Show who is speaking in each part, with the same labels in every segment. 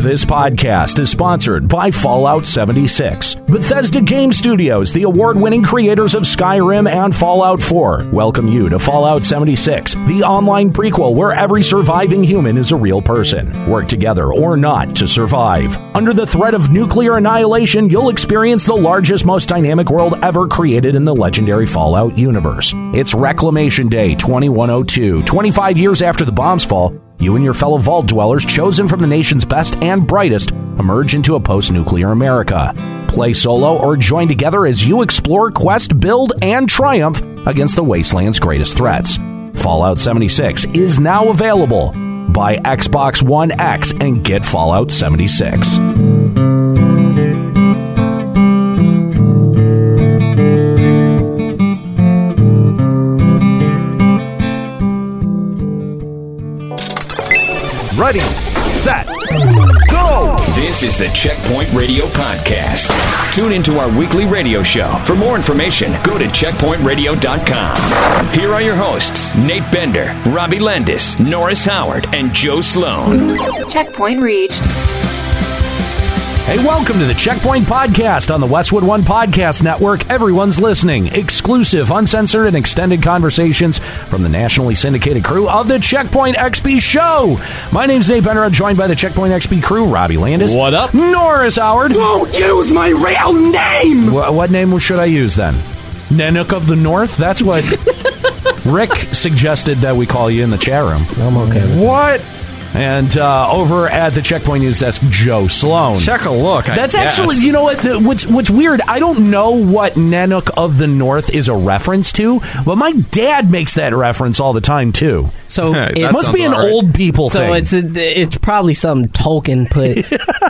Speaker 1: This podcast is sponsored by Fallout 76. Bethesda Game Studios, the award winning creators of Skyrim and Fallout 4, welcome you to Fallout 76, the online prequel where every surviving human is a real person. Work together or not to survive. Under the threat of nuclear annihilation, you'll experience the largest, most dynamic world ever created in the legendary Fallout universe. It's Reclamation Day 2102, 25 years after the bombs fall. You and your fellow vault dwellers, chosen from the nation's best and brightest, emerge into a post nuclear America. Play solo or join together as you explore, quest, build, and triumph against the wasteland's greatest threats. Fallout 76 is now available. Buy Xbox One X and get Fallout 76.
Speaker 2: Ready, set, go!
Speaker 3: This is the Checkpoint Radio Podcast. Tune into our weekly radio show. For more information, go to checkpointradio.com. Here are your hosts Nate Bender, Robbie Landis, Norris Howard, and Joe Sloan.
Speaker 4: Checkpoint reached.
Speaker 1: Hey, welcome to the Checkpoint Podcast on the Westwood One Podcast Network. Everyone's listening. Exclusive, uncensored, and extended conversations from the nationally syndicated crew of the Checkpoint XP Show. My name's Nate Benner. I'm joined by the Checkpoint XP crew, Robbie Landis.
Speaker 5: What up?
Speaker 1: Norris Howard.
Speaker 6: Don't use my real name!
Speaker 1: Wh- what name should I use then? Nanook of the North? That's what Rick suggested that we call you in the chat room.
Speaker 7: I'm okay with
Speaker 1: What? And uh, over at the Checkpoint News Desk, Joe Sloan.
Speaker 5: Check a look. I
Speaker 1: That's
Speaker 5: guess.
Speaker 1: actually, you know what? The, what's what's weird? I don't know what Nanook of the North is a reference to, but my dad makes that reference all the time too.
Speaker 7: So
Speaker 5: Hey,
Speaker 7: it
Speaker 5: that
Speaker 1: It must
Speaker 5: sounds
Speaker 1: be an
Speaker 5: about right.
Speaker 1: old people
Speaker 7: so
Speaker 1: thing.
Speaker 7: it's a, it's probably some Tolkien put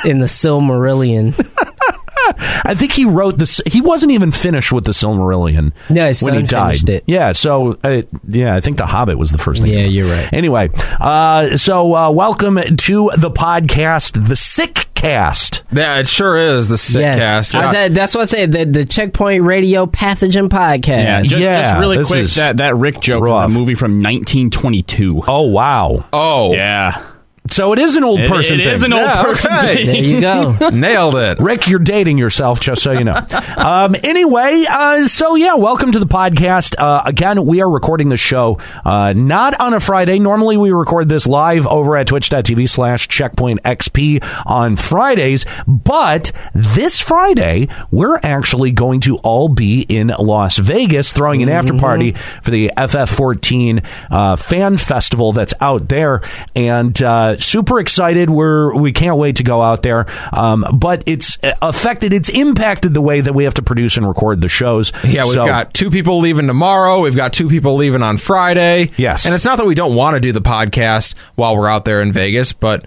Speaker 7: in the Silmarillion.
Speaker 1: I think he wrote this. He wasn't even finished with the Silmarillion.
Speaker 7: No, his
Speaker 1: when he
Speaker 7: son
Speaker 1: died.
Speaker 7: finished it.
Speaker 1: Yeah, so uh, yeah, I think the Hobbit was the first thing.
Speaker 7: Yeah,
Speaker 1: he wrote.
Speaker 7: you're right.
Speaker 1: Anyway, uh, so uh, welcome to the podcast, the Sick Cast.
Speaker 5: Yeah, it sure is the sick
Speaker 7: yes,
Speaker 5: cast.
Speaker 7: I
Speaker 5: Yeah.
Speaker 7: said- that's what I said. The, the Checkpoint Radio Pathogen Podcast.
Speaker 8: Yeah, just,
Speaker 1: Yeah,
Speaker 8: just really
Speaker 1: this
Speaker 8: quick,
Speaker 1: is
Speaker 8: that, that Rick joke
Speaker 1: rough.
Speaker 8: was a movie from 1922.
Speaker 1: Oh wow!
Speaker 5: oh,
Speaker 8: Yeah.
Speaker 1: So it is an old
Speaker 8: It-
Speaker 1: person
Speaker 8: it
Speaker 1: thing.
Speaker 8: is an old
Speaker 5: Yeah,
Speaker 8: person
Speaker 5: okay.
Speaker 7: There
Speaker 8: thing.
Speaker 7: you go.
Speaker 5: nailed it.
Speaker 1: Rick, you're dating yourself, just so you know. um, anyway, uh, so yeah, welcome to the podcast. Uh, again, we are recording the show uh, not on a Friday. Normally, we record this live over at twitch.tv slash checkpoint XP on Fridays, but this Friday, we're actually going to all be in Las Vegas throwing an after
Speaker 5: Mm-hmm.
Speaker 1: party for the FF14 uh, fan festival that's out there. And uh, super excited. We're, we can't wait to go out there. Um, but it's affected, it's impacted the way that we have to produce and record the shows.
Speaker 5: Yeah, we've
Speaker 1: So-
Speaker 5: got two people leaving tomorrow. We've got two people leaving on Friday.
Speaker 1: Yes.
Speaker 5: And it's not that we don't want to do the podcast while we're out there in Vegas, but.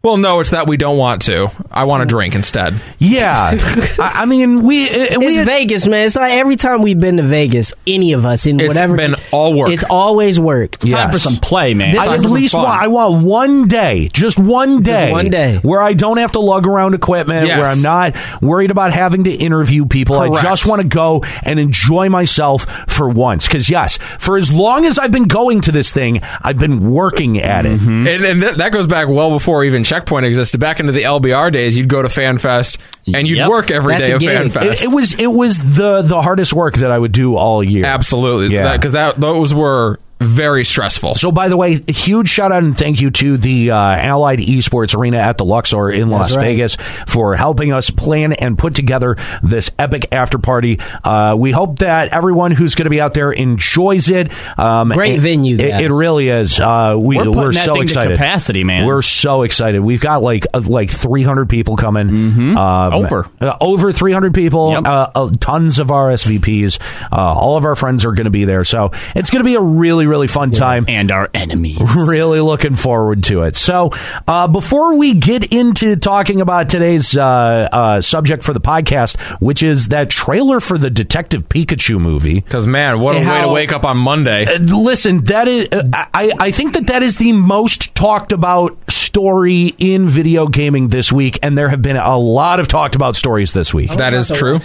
Speaker 5: Well, no, it's that we don't want to. I want to drink instead.
Speaker 1: Yeah. I, I mean, we. uh, we
Speaker 7: It's Vegas, man. It's like every time we've been to Vegas, any of us in
Speaker 5: It's
Speaker 7: whatever.
Speaker 5: been all work.
Speaker 7: It's always work.
Speaker 8: Time for some play, man.
Speaker 1: I
Speaker 5: Time
Speaker 1: at
Speaker 5: for some
Speaker 1: least
Speaker 5: fun.
Speaker 1: want, I want one day, just one day,
Speaker 7: one day.
Speaker 1: where I don't have to lug around equipment,
Speaker 5: Yes.
Speaker 1: where I'm not worried about having to interview people. I
Speaker 5: Correct.
Speaker 1: just want to go and enjoy myself for once. Because yes, for as long as I've been going to this thing, I've been working at it.
Speaker 8: Hmm.
Speaker 5: And, and that that goes back well before even Checkpoint existed. Back into the LBR days, you'd go to FanFest and you'd
Speaker 8: Yep.
Speaker 5: work every
Speaker 7: That's
Speaker 5: day
Speaker 7: a
Speaker 5: of
Speaker 7: gig. It-
Speaker 5: FanFest.
Speaker 1: It, it was it was the the hardest work that I would do all year.
Speaker 5: Absolutely.
Speaker 1: Yeah.
Speaker 5: Because that, those were very stressful.
Speaker 1: So, by the way, a huge shout out and thank you to the uh, Allied Esports Arena at the Luxor in Las
Speaker 7: right.
Speaker 1: Vegas for helping us plan and put together this epic after party. Uh, we hope that everyone who's going to be out there enjoys it. Um,
Speaker 7: Great
Speaker 1: it-
Speaker 7: venue,
Speaker 1: It,
Speaker 7: guys.
Speaker 1: it really is. Uh, we,
Speaker 8: We're
Speaker 1: we're,
Speaker 8: putting that
Speaker 1: so
Speaker 8: thing to
Speaker 1: excited.
Speaker 8: capacity, man.
Speaker 1: We're so excited. We've got like uh, like 300 people coming. Um,
Speaker 8: Over.
Speaker 1: uh, over 300 people,
Speaker 8: Mm-hmm. Yep.
Speaker 1: uh, uh, tons of RSVPs. Uh, all of our friends are going to be there. So it's going to be a really, really fun time
Speaker 8: and our enemies.
Speaker 1: really looking forward to it. So, uh, before we get into talking about today's uh, uh, subject for the podcast, which is that trailer for the Detective Pikachu movie.
Speaker 5: Because, man, what a
Speaker 7: And
Speaker 5: way to
Speaker 7: how-
Speaker 5: wake up on Monday.
Speaker 1: uh, Listen, that is, uh, I, I think that that is the most talked about story in video gaming this week, and there have been a lot of talked about stories this week.
Speaker 5: That is true.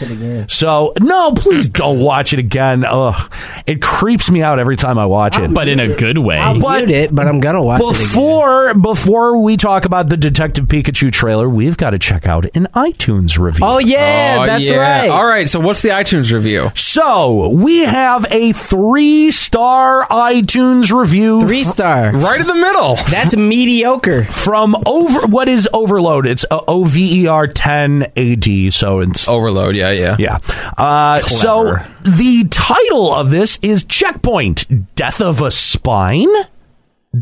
Speaker 1: So no, please don't watch it again. Ugh, it creeps me out every time I watch it.
Speaker 8: but in a good way.
Speaker 7: I
Speaker 1: But-
Speaker 7: but, it, but I'm gonna watch it.
Speaker 1: Before before we talk about the Detective Pikachu trailer, we've got to check out an iTunes review.
Speaker 7: Again. Oh yeah,
Speaker 5: Oh,
Speaker 7: that's
Speaker 5: yeah.
Speaker 7: right.
Speaker 5: All right. So what's the iTunes review?
Speaker 1: So we have a three star iTunes review
Speaker 7: Three star.
Speaker 5: Right in the middle.
Speaker 7: That's mediocre.
Speaker 1: from over what is overload? It's O V E R ten A D. So it's
Speaker 7: Oh.
Speaker 5: Overload. Yeah, yeah.
Speaker 1: Yeah. Uh, so the title of this is Checkpoint: Death of a Spine.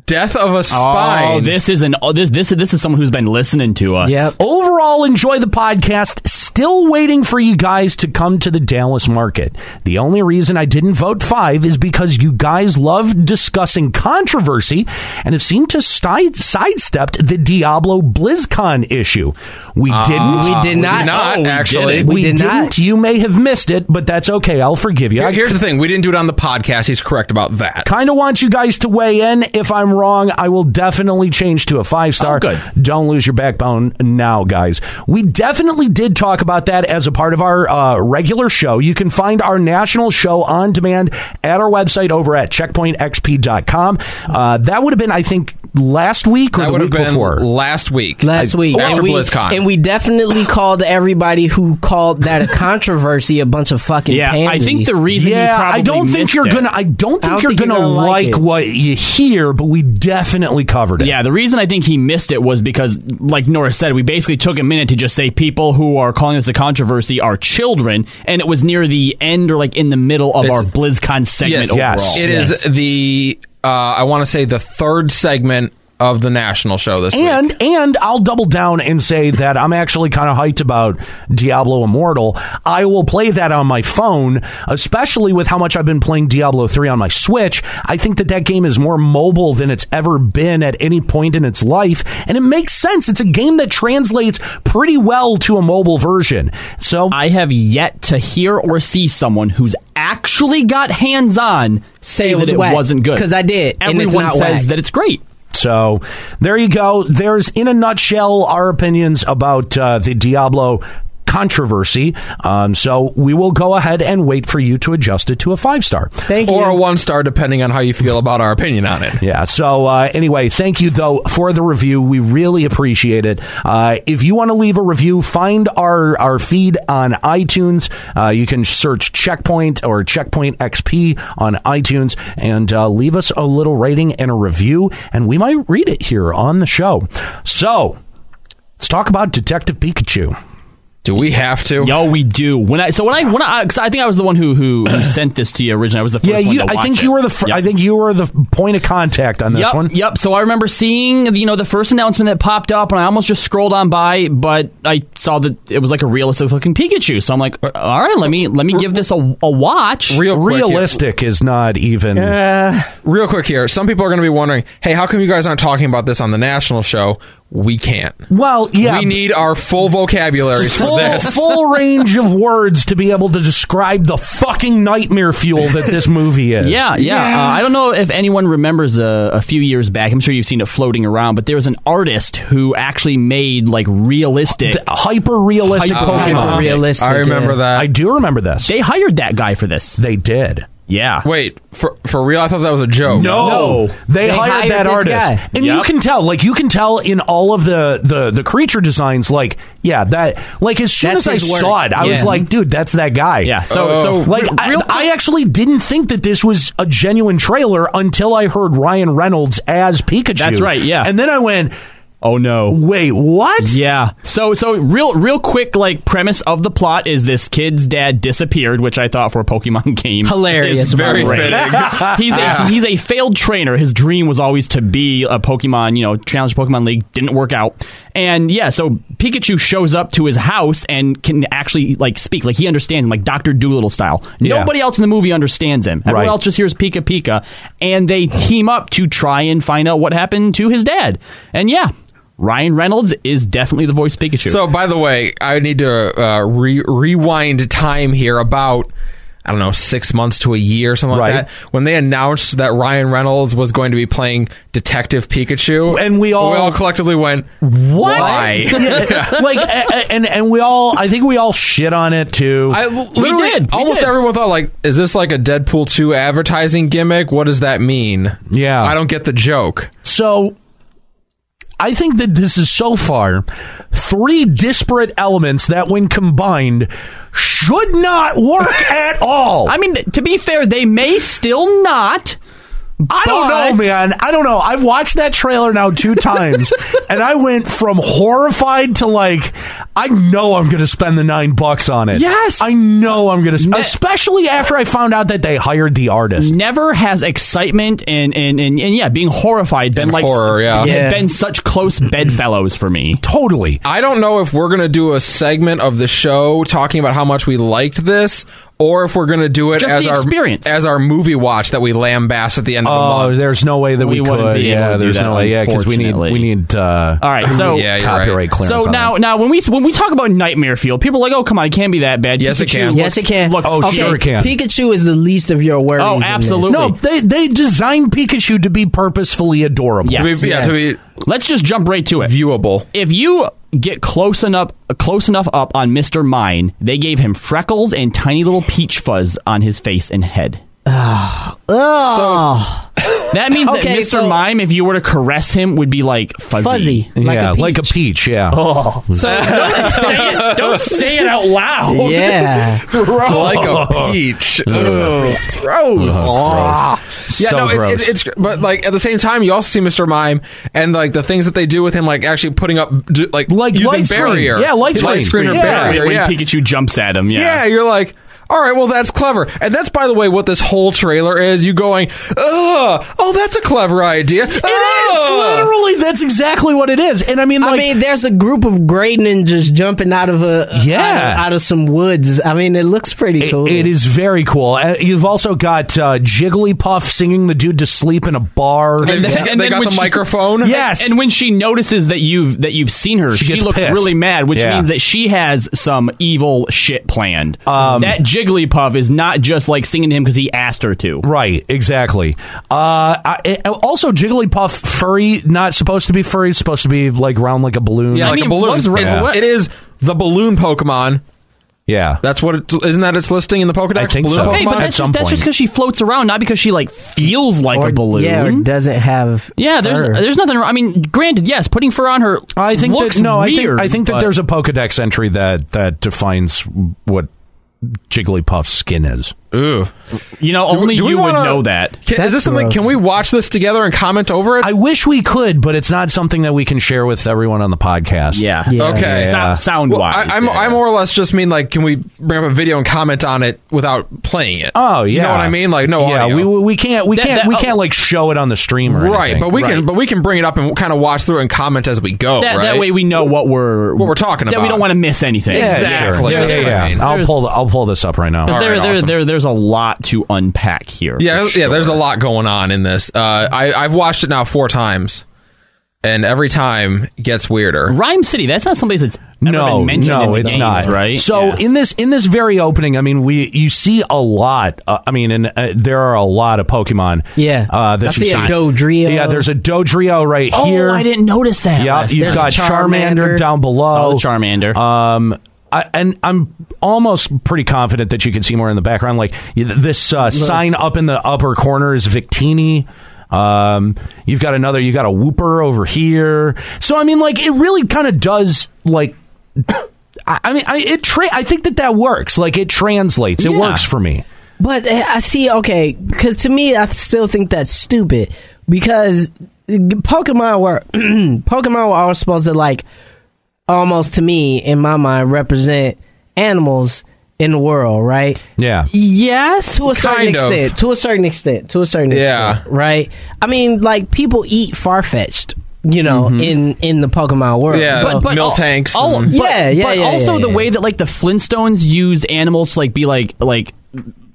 Speaker 5: Death of a spine.
Speaker 8: Oh, this is an oh, this this this is someone who's been listening to us.
Speaker 7: Yep.
Speaker 1: Overall, enjoy the podcast. Still waiting for you guys to come to the Dallas market. The only reason I didn't vote five is because you guys love discussing controversy and have seemed to side- sidestepped the Diablo BlizzCon issue. We didn't.
Speaker 7: Ah. we did not.
Speaker 5: not,
Speaker 7: Oh, we
Speaker 5: actually.
Speaker 7: didn't. We, did
Speaker 1: not
Speaker 7: not.
Speaker 1: You may have missed it, but that's okay. I'll forgive you.
Speaker 5: Here-
Speaker 1: I
Speaker 5: Here's the thing. We didn't do it on the podcast. He's correct about that.
Speaker 1: kind of want you guys to weigh in. If I'm wrong, I will definitely change to a five star.
Speaker 8: Oh, good.
Speaker 1: Don't lose your backbone now, guys. We definitely did talk about that as a part of our uh, regular show. You can find our national show on demand at our website over at checkpointxp.com. Uh, that would have been, I think, last week or
Speaker 5: That
Speaker 1: the
Speaker 5: would have
Speaker 1: week
Speaker 5: been
Speaker 1: before.
Speaker 5: last week.
Speaker 7: Last week,
Speaker 5: After
Speaker 7: and we,
Speaker 5: BlizzCon.
Speaker 7: and we definitely called everybody who called that a controversy a bunch of fucking
Speaker 8: Yeah, I
Speaker 7: pansies.
Speaker 8: think the reason you
Speaker 1: yeah,
Speaker 8: probably
Speaker 1: I don't think
Speaker 8: missed
Speaker 1: you're
Speaker 8: it-
Speaker 1: gonna. I don't think
Speaker 7: don't
Speaker 1: you're
Speaker 7: think you're
Speaker 1: gonna,
Speaker 7: gonna like
Speaker 1: like
Speaker 7: it.
Speaker 1: what you hear, but we definitely covered it.
Speaker 8: Yeah, the reason I think he missed it was because, like Nora said, we basically took a minute to just say people who are calling this a controversy are children, and it was near the end or like in the middle of
Speaker 5: It's-
Speaker 8: our BlizzCon
Speaker 5: yes,
Speaker 8: segment overall.
Speaker 1: yes.
Speaker 5: It is the uh, I want to say the third segment of the national show this week.
Speaker 1: And and I'll double down and say that I'm actually kind of hyped about Diablo Immortal. I will play that on my phone, especially with how much I've been playing Diablo 3 on my Switch. I think that that game is more mobile than it's ever been at any point in its life, and it makes sense. It's a game that translates pretty well to a mobile version. So
Speaker 8: I have yet to hear or see someone who's actually got hands on say
Speaker 7: It was
Speaker 8: that it
Speaker 7: whack,
Speaker 8: wasn't good
Speaker 7: 'cause I did, and
Speaker 8: Everyone
Speaker 7: it's not
Speaker 8: says
Speaker 7: whack.
Speaker 8: that it's great.
Speaker 1: So there you go. There's, in a nutshell, our opinions about uh, the Diablo controversy. Um, so we will go ahead and wait for you to adjust it to a five star.
Speaker 7: Thank you.
Speaker 5: or a one star, depending on how you feel about our opinion on it.
Speaker 1: Yeah. So uh, anyway, thank you though for the review. We really appreciate it. Uh, if you want to leave a review, find our our feed on iTunes. Uh, you can search Checkpoint or Checkpoint XP on iTunes and uh, leave us a little rating and a review, and we might read it here on the show. So let's talk about Detective Pikachu.
Speaker 5: Do we have to?
Speaker 8: Yo, we do. When I so when I when I 'cause I think I was the one who who, who sent this to you originally. I was the first
Speaker 1: Yeah,
Speaker 8: one
Speaker 1: you,
Speaker 8: to watch
Speaker 1: I think
Speaker 8: it.
Speaker 1: you were the fir-
Speaker 8: Yep.
Speaker 1: I think you were the point of contact on this
Speaker 8: Yep,
Speaker 1: one.
Speaker 8: yep. So I remember seeing you know the first announcement that popped up, and I almost just scrolled on by, but I saw that it was like a realistic looking Pikachu. So I'm like, all right, let me let me give this a, a watch.
Speaker 5: Real quick here-
Speaker 1: Realistic is not even.
Speaker 5: real quick here. Some people are going to be wondering, hey, how come you guys aren't talking about this on the national show? We can't.
Speaker 1: well, yeah.
Speaker 5: we need our full vocabularies
Speaker 1: full,
Speaker 5: for this.
Speaker 1: full range of words to be able to describe the fucking nightmare fuel that this movie is.
Speaker 8: Yeah, yeah. Uh, I don't know if anyone remembers a, a few years back. I'm sure you've seen it floating around, but there was an artist who actually made like realistic.
Speaker 1: Hyper realistic
Speaker 8: Hyper-
Speaker 1: Pokemon.
Speaker 7: realistic,
Speaker 5: I remember
Speaker 7: yeah.
Speaker 5: that.
Speaker 1: I do remember this.
Speaker 8: they hired that guy for this.
Speaker 1: They did.
Speaker 8: Yeah.
Speaker 5: Wait for for real. I thought that was a joke.
Speaker 1: No, they,
Speaker 7: They
Speaker 1: hired,
Speaker 7: hired
Speaker 1: that
Speaker 7: this
Speaker 1: artist,
Speaker 7: guy.
Speaker 1: and you
Speaker 8: Yep.
Speaker 1: can tell. Like you can tell in all of the the the creature designs. Like yeah, that like as soon as
Speaker 7: That's
Speaker 1: I
Speaker 7: his work. Oh.
Speaker 1: saw it, I was
Speaker 8: Yeah.
Speaker 1: like, dude, that's that guy.
Speaker 8: Yeah. So so
Speaker 1: Like
Speaker 8: re-
Speaker 1: I,
Speaker 8: real quick-
Speaker 1: I actually didn't think that this was a genuine trailer until I heard Ryan Reynolds as Pikachu.
Speaker 8: That's right, yeah.
Speaker 1: and then I went,
Speaker 8: oh no.
Speaker 1: "Wait, what?
Speaker 8: Yeah. So so real real quick like premise of the plot is this kid's dad disappeared, which I thought for a Pokemon game.
Speaker 7: Hilarious,
Speaker 8: is
Speaker 7: by
Speaker 8: very
Speaker 7: the way.
Speaker 8: fitting. he's
Speaker 1: Ah.
Speaker 8: a, he's a failed trainer. His dream was always to be a Pokemon, you know, challenge Pokemon League didn't work out. And yeah, so Pikachu shows up to his house and can actually like speak. Like he understands him, like Doctor Doolittle style.
Speaker 1: Yeah.
Speaker 8: Nobody else in the movie understands him. Everyone
Speaker 1: Right.
Speaker 8: else just hears Pika Pika, and they team up to try and find out what happened to his dad. And yeah, Ryan Reynolds is definitely the voice of Pikachu.
Speaker 5: So, by the way, I need to uh, re- rewind time here about I don't know, six months to a year, something
Speaker 1: Right.
Speaker 5: like that. When they announced that Ryan Reynolds was going to be playing Detective Pikachu,
Speaker 1: And we all-
Speaker 5: we all collectively went,
Speaker 1: What?
Speaker 5: Why?
Speaker 1: Yeah, like, a- a- and and we all, I think we all shit on it too.
Speaker 5: I l- literally
Speaker 1: we did. we
Speaker 5: almost
Speaker 1: did.
Speaker 5: everyone thought like, is this like a Deadpool two advertising gimmick? What does that mean?
Speaker 1: Yeah.
Speaker 5: I don't get the joke.
Speaker 1: So I think that this is so far three disparate elements that, when combined, should not work at all.
Speaker 8: I mean, to be fair, they may still not.
Speaker 1: I don't know,
Speaker 8: but-
Speaker 1: man. I don't know. I've watched that trailer now two times, and I went from horrified to like, I know I'm going to spend the nine bucks on it.
Speaker 8: Yes.
Speaker 1: I know I'm going to. Sp-
Speaker 8: Ne-
Speaker 1: especially after I found out that they hired the artist.
Speaker 8: Never has excitement and and and, and yeah, being horrified been
Speaker 5: And
Speaker 8: like
Speaker 5: horror, yeah.
Speaker 7: Yeah.
Speaker 8: been such close bedfellows for me.
Speaker 1: Totally.
Speaker 5: I don't know if we're gonna do a segment of the show talking about how much we liked this, or if we're gonna do it
Speaker 8: Just
Speaker 5: as
Speaker 8: the
Speaker 5: our
Speaker 8: experience.
Speaker 5: as our movie watch that we lambast at the end of the
Speaker 1: Oh,
Speaker 5: month.
Speaker 1: there's no way that we,
Speaker 8: Uh, We wouldn't
Speaker 1: could.
Speaker 8: be able
Speaker 1: yeah,
Speaker 8: to do
Speaker 1: there's
Speaker 8: that,
Speaker 1: no way. Yeah, because we need we
Speaker 8: unfortunately.
Speaker 1: need uh,
Speaker 8: All right, so
Speaker 5: Yeah, you're
Speaker 1: copyright
Speaker 5: right.
Speaker 1: clearance.
Speaker 8: so
Speaker 1: on
Speaker 8: now
Speaker 1: that.
Speaker 8: now when we when we talk about Nightmare Field, people are like, oh come on, it can't be that bad.
Speaker 5: Yes, it
Speaker 8: Pikachu
Speaker 5: can.
Speaker 8: looks-
Speaker 7: yes, it can.
Speaker 8: looks-
Speaker 1: Oh,
Speaker 8: okay.
Speaker 1: sure it can.
Speaker 7: Pikachu is the least of your worries.
Speaker 8: Oh,
Speaker 7: in this.
Speaker 8: absolutely.
Speaker 1: no, they they designed Pikachu to be purposefully adorable.
Speaker 8: Yes.
Speaker 5: To be- yeah, to
Speaker 8: Let's just jump right to it.
Speaker 5: be viewable.
Speaker 8: if you get close enough close enough up on Mr. Mine, they gave him freckles and tiny little peach fuzz on his face and head.
Speaker 7: Oh,
Speaker 8: That means that
Speaker 7: Okay,
Speaker 8: Mr.
Speaker 7: so-
Speaker 8: Mime, if you were to caress him, would be like fuzzy.
Speaker 7: fuzzy. Like
Speaker 1: yeah,
Speaker 7: a peach.
Speaker 1: like a peach. Yeah.
Speaker 8: Oh,
Speaker 7: So,
Speaker 8: Say it- don't say it out loud.
Speaker 7: yeah.
Speaker 5: like a peach.
Speaker 8: Gross.
Speaker 5: Yeah,
Speaker 8: Ah.
Speaker 1: Oh, So
Speaker 5: no, it's-
Speaker 1: gross.
Speaker 5: it's- it's but like at the same time, you also see Mr. Mime and like the things that they do with him, like actually putting up d- like
Speaker 1: Like
Speaker 5: using
Speaker 1: light screens.
Speaker 5: barrier,
Speaker 1: Yeah, light
Speaker 5: light
Speaker 1: screens.
Speaker 5: screen or
Speaker 1: Yeah.
Speaker 5: barrier,
Speaker 8: when
Speaker 5: yeah.
Speaker 8: Pikachu jumps at him,
Speaker 5: yeah,
Speaker 8: yeah.
Speaker 5: you're like. All right, well that's clever, and that's by the way what this whole trailer is. You going, Ugh, oh, that's a clever idea.
Speaker 1: It is
Speaker 5: Oh!
Speaker 1: literally that's exactly what it is. And I mean, like,
Speaker 7: I mean, there's a group of gray ninjas jumping out of a
Speaker 1: Yeah.
Speaker 7: out of, out of some woods. I mean, it looks pretty
Speaker 1: it-
Speaker 7: cool.
Speaker 1: it is very cool. Uh, You've also got uh, Jigglypuff singing the dude to sleep in a bar.
Speaker 5: And they,
Speaker 8: Yeah.
Speaker 5: they
Speaker 8: And then
Speaker 5: got
Speaker 8: when
Speaker 5: the
Speaker 8: she-
Speaker 5: microphone.
Speaker 1: yes,
Speaker 8: And when she notices that you've that you've seen her,
Speaker 1: She
Speaker 8: she,
Speaker 1: gets
Speaker 8: looks
Speaker 1: pissed.
Speaker 8: really mad, which
Speaker 1: Yeah.
Speaker 8: means that she has some evil shit planned. that Jigglypuff is not just like singing to him because he asked her to.
Speaker 1: Right, exactly. Uh, I, it- also, Jigglypuff furry, not supposed to be furry, supposed to be like round like a balloon.
Speaker 5: yeah,
Speaker 8: I
Speaker 5: like
Speaker 8: mean,
Speaker 5: a balloon.
Speaker 8: was right
Speaker 5: It's-
Speaker 8: away.
Speaker 5: It is the balloon Pokemon.
Speaker 1: yeah.
Speaker 5: That's what. It, isn't that its listing in the Pokedex?
Speaker 1: I think
Speaker 5: balloon
Speaker 1: so.
Speaker 5: Pokemon?
Speaker 8: Hey, but
Speaker 1: At
Speaker 8: that's
Speaker 1: some
Speaker 8: just, that's just
Speaker 1: point.
Speaker 8: because she floats around, not because she like feels like
Speaker 7: or,
Speaker 8: a balloon.
Speaker 7: Yeah, or doesn't have.
Speaker 8: Yeah, there's
Speaker 7: fur.
Speaker 8: there's nothing. wrong. I mean, granted, yes, putting fur on her.
Speaker 1: I think
Speaker 8: looks
Speaker 1: that no,
Speaker 8: weird,
Speaker 1: I think I think that
Speaker 8: but-
Speaker 1: there's a Pokedex entry that that defines what Jigglypuff's skin is.
Speaker 5: Ooh.
Speaker 8: you know only
Speaker 5: Do we
Speaker 8: you
Speaker 5: wanna-
Speaker 8: would know that.
Speaker 5: Can, is
Speaker 7: That's
Speaker 5: this something?
Speaker 7: gross.
Speaker 5: Can we watch this together and comment over it?
Speaker 1: I wish we could, but it's not something that we can share with everyone on the podcast.
Speaker 8: Yeah.
Speaker 7: Yeah.
Speaker 5: okay.
Speaker 1: Yeah.
Speaker 8: sound
Speaker 5: Well,
Speaker 8: wise,
Speaker 5: I, I'm, I more or less just mean like, can we bring up a video and comment on it without playing it?
Speaker 1: Oh yeah.
Speaker 5: you know what I mean? Like, no,
Speaker 1: Yeah,
Speaker 5: audio.
Speaker 1: we we can't we
Speaker 8: That-
Speaker 1: can't
Speaker 8: that- oh.
Speaker 1: we can't like show it on the stream or
Speaker 5: right,
Speaker 1: anything.
Speaker 5: but we can, but we can bring it up and kind of watch through and comment as we go.
Speaker 8: that,
Speaker 5: right?
Speaker 8: that way we know what we're
Speaker 5: What we're talking
Speaker 8: that we
Speaker 5: about.
Speaker 8: don't want to miss anything.
Speaker 1: yeah,
Speaker 5: Exactly.
Speaker 1: Sure. Yeah,
Speaker 5: That's
Speaker 1: yeah,
Speaker 5: what I
Speaker 1: yeah.
Speaker 5: mean.
Speaker 1: I'll
Speaker 8: There's-
Speaker 1: pull I'll pull this up right now.
Speaker 8: Because
Speaker 5: All
Speaker 8: there,
Speaker 5: right,
Speaker 8: there,
Speaker 5: awesome.
Speaker 8: there, there's a lot to unpack here.
Speaker 5: Yeah,
Speaker 8: for
Speaker 5: yeah. There's a
Speaker 8: sure.
Speaker 5: lot going on in this. Uh, I, I've watched it now four times, and every time it gets weirder.
Speaker 8: Rhyme City. That's not someplace that's ever
Speaker 1: no,
Speaker 8: been mentioned
Speaker 1: no,
Speaker 8: in the
Speaker 1: it's
Speaker 8: games,
Speaker 1: not
Speaker 8: right.
Speaker 1: So
Speaker 8: Yeah.
Speaker 1: in this in this very opening, I mean, we you see a lot. Uh, I mean, and uh, there are a lot of Pokemon.
Speaker 7: Yeah.
Speaker 1: uh, that
Speaker 7: I
Speaker 1: you
Speaker 7: see a
Speaker 1: see.
Speaker 7: Dodrio.
Speaker 1: Yeah, there's a Dodrio right
Speaker 8: oh,
Speaker 1: here.
Speaker 8: I didn't notice that.
Speaker 1: Yup,
Speaker 8: last-
Speaker 1: you've
Speaker 8: there's
Speaker 1: got
Speaker 7: a
Speaker 1: Charmander,
Speaker 7: Charmander.
Speaker 1: down below.
Speaker 8: Oh, the Charmander.
Speaker 1: Um, I, and I'm almost pretty confident that you can see more in the background. Like y- this uh, sign up in the upper corner is Victini. Um, you've got another. You got a Whooper over here. So I mean, like it really kind of does like. I, I mean, I it. Tra- I think that that works. Like it translates. It
Speaker 8: Yeah.
Speaker 1: works for me.
Speaker 7: But uh, I see, okay, because to me, I still think that's stupid because Pokemon were Pokemon were all supposed to like almost to me in my mind represent animals in the world, right?
Speaker 1: Yeah.
Speaker 7: Yes, to a certain
Speaker 5: Kind of.
Speaker 7: extent. To a certain extent. To a certain
Speaker 5: Yeah.
Speaker 7: extent. Right. I mean, like people eat far fetched, you know, in in the Pokemon world.
Speaker 5: Mm-hmm. Yeah.
Speaker 7: So-
Speaker 5: But- Mill
Speaker 8: al-
Speaker 5: tanks
Speaker 8: al-
Speaker 5: and-
Speaker 8: but-
Speaker 7: Yeah, yeah,
Speaker 8: But
Speaker 7: yeah,
Speaker 8: also
Speaker 7: yeah,
Speaker 8: the
Speaker 7: yeah.
Speaker 8: way that like the Flintstones used animals to like be like like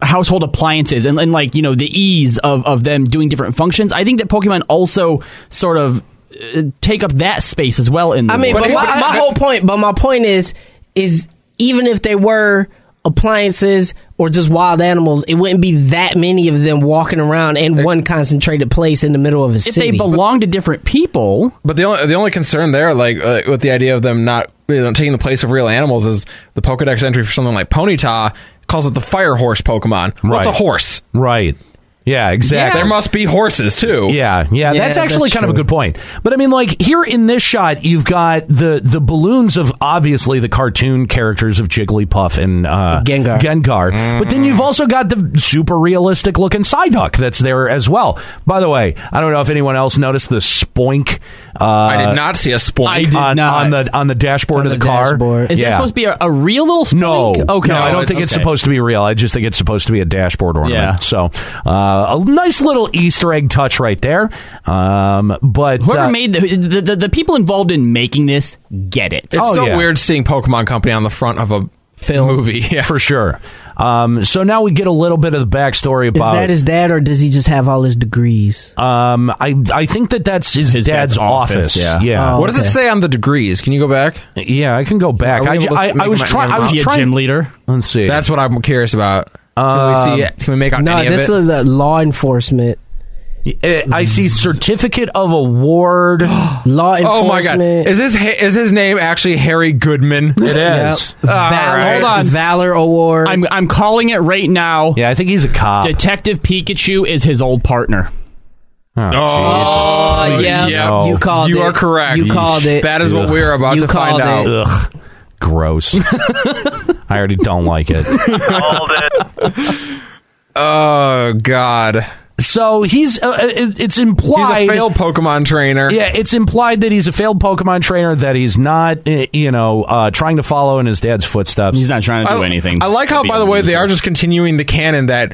Speaker 8: household appliances and, and like you know the ease of of them doing different functions. I think that Pokemon also sort of uh, take up that space as well. In the
Speaker 7: I mean,
Speaker 8: world.
Speaker 5: But
Speaker 7: but, my,
Speaker 5: here-
Speaker 7: my
Speaker 5: but-
Speaker 7: whole point, but my point is, is even if they were appliances or just wild animals, it wouldn't be that many of them walking around in one concentrated place in the middle of a
Speaker 8: If
Speaker 7: city.
Speaker 8: they belong to different people,
Speaker 5: But the only the only concern there, like uh, with the idea of them not you know, taking the place of real animals, is the Pokedex entry for something like Ponyta calls it the Fire Horse Pokemon.
Speaker 1: Right.
Speaker 5: What's a horse?
Speaker 1: Right. Yeah, exactly.
Speaker 5: There must be horses too.
Speaker 1: Yeah, yeah,
Speaker 7: Yeah,
Speaker 1: that's actually
Speaker 7: that's
Speaker 1: kind of a
Speaker 7: true.
Speaker 1: good point. But I mean, like here in this shot, you've got the the balloons of obviously the cartoon characters of Jigglypuff and uh,
Speaker 7: Gengar.
Speaker 1: Gengar, but then
Speaker 8: Mm.
Speaker 1: you've also got the super realistic looking Psyduck that's there as well. By the way, I don't know if anyone else noticed the spoink. Uh,
Speaker 5: I did not see a spoink.
Speaker 8: I did
Speaker 1: on,
Speaker 8: not.
Speaker 1: on the on the dashboard
Speaker 7: On
Speaker 1: of the,
Speaker 7: the
Speaker 1: car.
Speaker 7: dashboard.
Speaker 8: is that supposed to be a, a real little spring?
Speaker 1: No,
Speaker 8: Okay.
Speaker 1: no, I don't
Speaker 5: it's-
Speaker 1: think it's
Speaker 5: okay.
Speaker 1: supposed to be real. I just think it's supposed to be a dashboard ornament.
Speaker 8: Yeah.
Speaker 1: So, uh, a nice little Easter egg touch right there. Um, but
Speaker 8: Whoever
Speaker 1: uh,
Speaker 8: made the, the, the the people involved in making this get it.
Speaker 5: It's
Speaker 1: Oh,
Speaker 5: so
Speaker 1: yeah.
Speaker 5: weird seeing Pokemon Company on the front of a
Speaker 7: Film.
Speaker 5: movie. Yeah.
Speaker 1: for sure. Um, so now we get a little bit of the backstory
Speaker 7: is
Speaker 1: about.
Speaker 7: that his dad, or does he just have all his degrees?
Speaker 5: Uh,
Speaker 1: um, I I think that that's his,
Speaker 8: His dad's
Speaker 1: office.
Speaker 8: office, yeah.
Speaker 1: yeah,
Speaker 5: what does it say on the degrees? Can you go back?
Speaker 1: yeah. I can go back.
Speaker 5: Oh.
Speaker 1: I,
Speaker 5: Are we able
Speaker 1: ju-
Speaker 5: to
Speaker 1: I,
Speaker 5: make
Speaker 1: I was
Speaker 5: him-
Speaker 1: trying.
Speaker 5: yeah,
Speaker 1: I was
Speaker 8: Is he a gym
Speaker 1: trying.
Speaker 8: leader?
Speaker 1: Let's see.
Speaker 5: That's what I'm curious about. Can we see? it? Can we make out
Speaker 7: No,
Speaker 5: any
Speaker 7: Um, this
Speaker 5: of it?
Speaker 7: is a law enforcement.
Speaker 1: Eh, I see certificate of award.
Speaker 7: Law enforcement.
Speaker 5: oh my god! Is his ha- is his name actually Harry Goodman? It
Speaker 1: is.
Speaker 5: All
Speaker 7: Valor,
Speaker 5: right.
Speaker 8: Hold on.
Speaker 7: Valor Award.
Speaker 8: I'm I'm calling it right now.
Speaker 1: Yeah, I think he's a cop.
Speaker 8: Detective Pikachu is his old partner.
Speaker 1: Oh,
Speaker 7: Oh, yeah.
Speaker 5: yeah.
Speaker 7: You called
Speaker 5: You
Speaker 7: it.
Speaker 5: are correct.
Speaker 7: You called it.
Speaker 5: That is what we're about
Speaker 7: You
Speaker 5: to find
Speaker 7: called
Speaker 5: out.
Speaker 7: it.
Speaker 1: Jesus. Ugh, gross. I already don't like it.
Speaker 2: Called it.
Speaker 5: Oh god.
Speaker 1: So he's. Uh, it, it's implied.
Speaker 5: He's a failed Pokemon trainer.
Speaker 1: Yeah, it's implied that he's a failed Pokemon trainer, that he's not, eh, you know, uh, trying to follow in his dad's footsteps.
Speaker 8: He's not trying to do
Speaker 5: I,
Speaker 8: anything.
Speaker 5: I like
Speaker 8: to
Speaker 5: how,
Speaker 8: be
Speaker 5: by
Speaker 8: a
Speaker 5: the way, they
Speaker 8: loser.
Speaker 5: are just continuing the canon that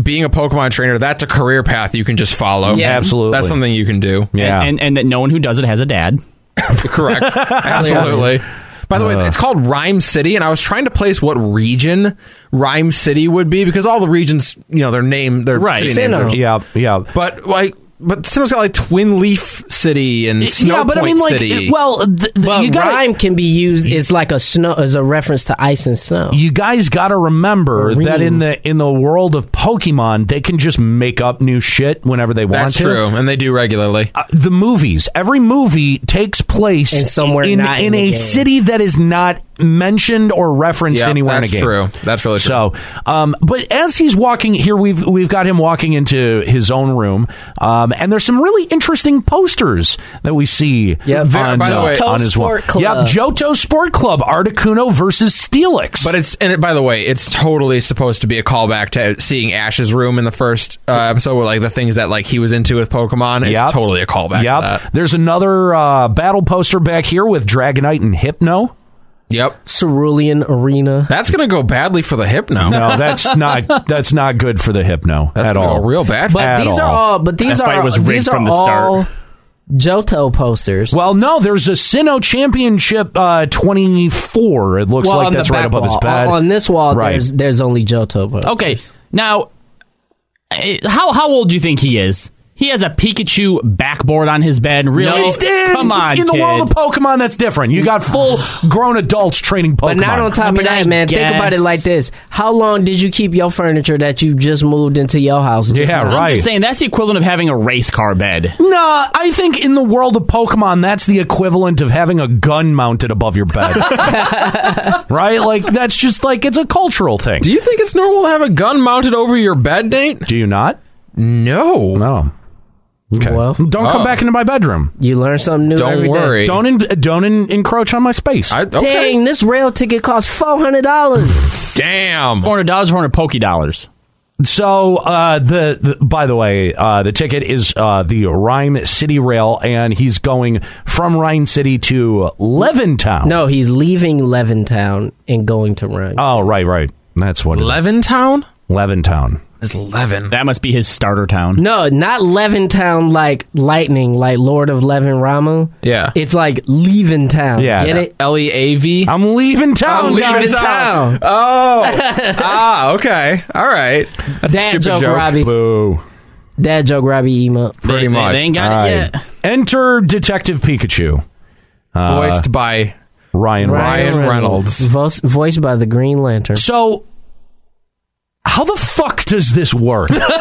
Speaker 5: being a Pokemon trainer, that's a career path you can just follow.
Speaker 1: Yeah. Absolutely.
Speaker 5: That's something you can do.
Speaker 1: yeah.
Speaker 8: and, and that no one who does it has a dad.
Speaker 5: Correct. Absolutely. By the way, it's called Rhyme City, and I was trying to place what region Rhyme City would be because all the regions, you know, their name, their
Speaker 8: Right.
Speaker 5: city names
Speaker 7: Sinnoh.
Speaker 5: are-
Speaker 1: yeah, yeah.
Speaker 5: But like, but Sinnoh's got like Twin Leaf City and Snow
Speaker 1: yeah, but I
Speaker 5: Point
Speaker 1: mean, like, uh,
Speaker 5: City.
Speaker 1: well, th- th-
Speaker 7: But
Speaker 1: you got
Speaker 7: rhyme can be used as like a snow as a reference to ice and snow.
Speaker 1: you guys got to remember that in the in the world of Pokemon, they can just make up new shit whenever they want
Speaker 5: that's
Speaker 1: to.
Speaker 5: true, and they do regularly.
Speaker 1: Uh, the movies, every movie takes place
Speaker 7: In somewhere
Speaker 1: in,
Speaker 7: not in
Speaker 1: in
Speaker 7: the
Speaker 1: a
Speaker 7: game.
Speaker 1: city that is not mentioned or referenced
Speaker 5: Yeah,
Speaker 1: anywhere
Speaker 5: that's
Speaker 1: in a game.
Speaker 5: true. That's really true.
Speaker 1: So, um, but as he's walking here, we've we've got him walking into his own room, um, and there's some really interesting posters that we see.
Speaker 7: Yep. Very-
Speaker 1: on,
Speaker 5: by the
Speaker 1: uh,
Speaker 5: way-
Speaker 1: on his wall.
Speaker 7: Sport Club.
Speaker 1: Yep, Johto Sport Club, Articuno versus Steelix.
Speaker 5: But it's and it, by the way, it's totally supposed to be a callback to seeing Ash's room in the first uh, episode, where like the things that like he was into with Pokemon. It's
Speaker 1: Yep.
Speaker 5: totally a callback. to
Speaker 1: yep,
Speaker 5: that.
Speaker 1: there's another uh, battle poster back here with Dragonite and Hypno.
Speaker 5: Yep.
Speaker 7: Cerulean Arena.
Speaker 5: That's gonna go badly for the Hypno.
Speaker 1: No, that's not that's not good for the Hypno
Speaker 5: That's
Speaker 1: at
Speaker 5: gonna
Speaker 1: all.
Speaker 5: go real bad.
Speaker 7: But
Speaker 1: At
Speaker 7: these are
Speaker 1: all.
Speaker 7: all. But these
Speaker 8: That fight
Speaker 7: are
Speaker 8: was rigged
Speaker 7: these are
Speaker 8: from the start.
Speaker 7: all Johto posters.
Speaker 1: Well, no, there's a Sinnoh Championship uh, 24. It looks
Speaker 7: Well,
Speaker 1: like
Speaker 7: on the
Speaker 1: that's right
Speaker 7: back
Speaker 1: above his
Speaker 7: wall.
Speaker 1: bed.
Speaker 7: On, on this wall,
Speaker 1: Right.
Speaker 7: there's there's only Johto. Posters.
Speaker 8: Okay, now eh, how how old do you think he is? He has a Pikachu backboard on his bed. Really?
Speaker 1: It's different.
Speaker 8: Come on,
Speaker 1: in the
Speaker 8: kid.
Speaker 1: world of Pokemon, that's different. You got full grown adults training Pokemon.
Speaker 7: But not on top
Speaker 8: I mean,
Speaker 7: of that,
Speaker 8: I
Speaker 7: man. Think about it
Speaker 8: guess.
Speaker 7: like this: How long did you keep your furniture that you just moved into your house? just
Speaker 1: Yeah, right.
Speaker 7: now?
Speaker 8: I'm just saying that's the equivalent of having a race car bed.
Speaker 1: no, I think in the world of Pokemon, that's the equivalent of having a gun mounted above your bed. right? Like that's just like it's a cultural thing.
Speaker 5: Do you think it's normal to have a gun mounted over your bed, Nate?
Speaker 1: Do you not?
Speaker 5: No.
Speaker 1: No. Okay.
Speaker 7: Well,
Speaker 1: don't come
Speaker 5: Oh.
Speaker 1: back into my bedroom.
Speaker 7: you learn something new.
Speaker 5: Don't
Speaker 7: every day.
Speaker 5: worry.
Speaker 1: Don't in, don't in, encroach on my space.
Speaker 5: I, okay.
Speaker 7: Dang, this rail ticket costs four hundred dollars.
Speaker 5: Damn.
Speaker 8: Four hundred dollars, four hundred Poke dollars.
Speaker 1: So uh, the, the by the way, uh, the ticket is uh, the Rhine City Rail, and he's going from Rhine City to Leventown.
Speaker 7: no, he's leaving Leventown and going to run.
Speaker 1: oh right, right. That's what it is.
Speaker 5: Leventown
Speaker 1: Leventown.
Speaker 5: is Levin.
Speaker 8: That must be his starter town.
Speaker 7: no, not Leventown like lightning, like Lord of Leven Rama.
Speaker 5: Yeah.
Speaker 7: It's like leaving town.
Speaker 1: Yeah.
Speaker 7: Get it?
Speaker 5: L e a v.
Speaker 1: I'm leaving town.
Speaker 5: I'm leaving
Speaker 1: guys.
Speaker 7: Leaving
Speaker 5: town.
Speaker 7: town.
Speaker 5: Oh. ah. Okay. All right. That's a
Speaker 7: Dad
Speaker 5: stupid
Speaker 7: joke, Robbie.
Speaker 1: Boo.
Speaker 7: Dad joke, Robbie emote.
Speaker 5: Pretty
Speaker 8: They- they-
Speaker 5: much.
Speaker 8: They, ain't got
Speaker 1: All
Speaker 8: it
Speaker 1: right.
Speaker 8: yet.
Speaker 1: Enter Detective Pikachu.
Speaker 5: Voiced by
Speaker 1: Ryan. Ryan.
Speaker 5: Reynolds.
Speaker 7: Voice, voiced by the Green Lantern.
Speaker 1: So how the fuck does this work? it wor I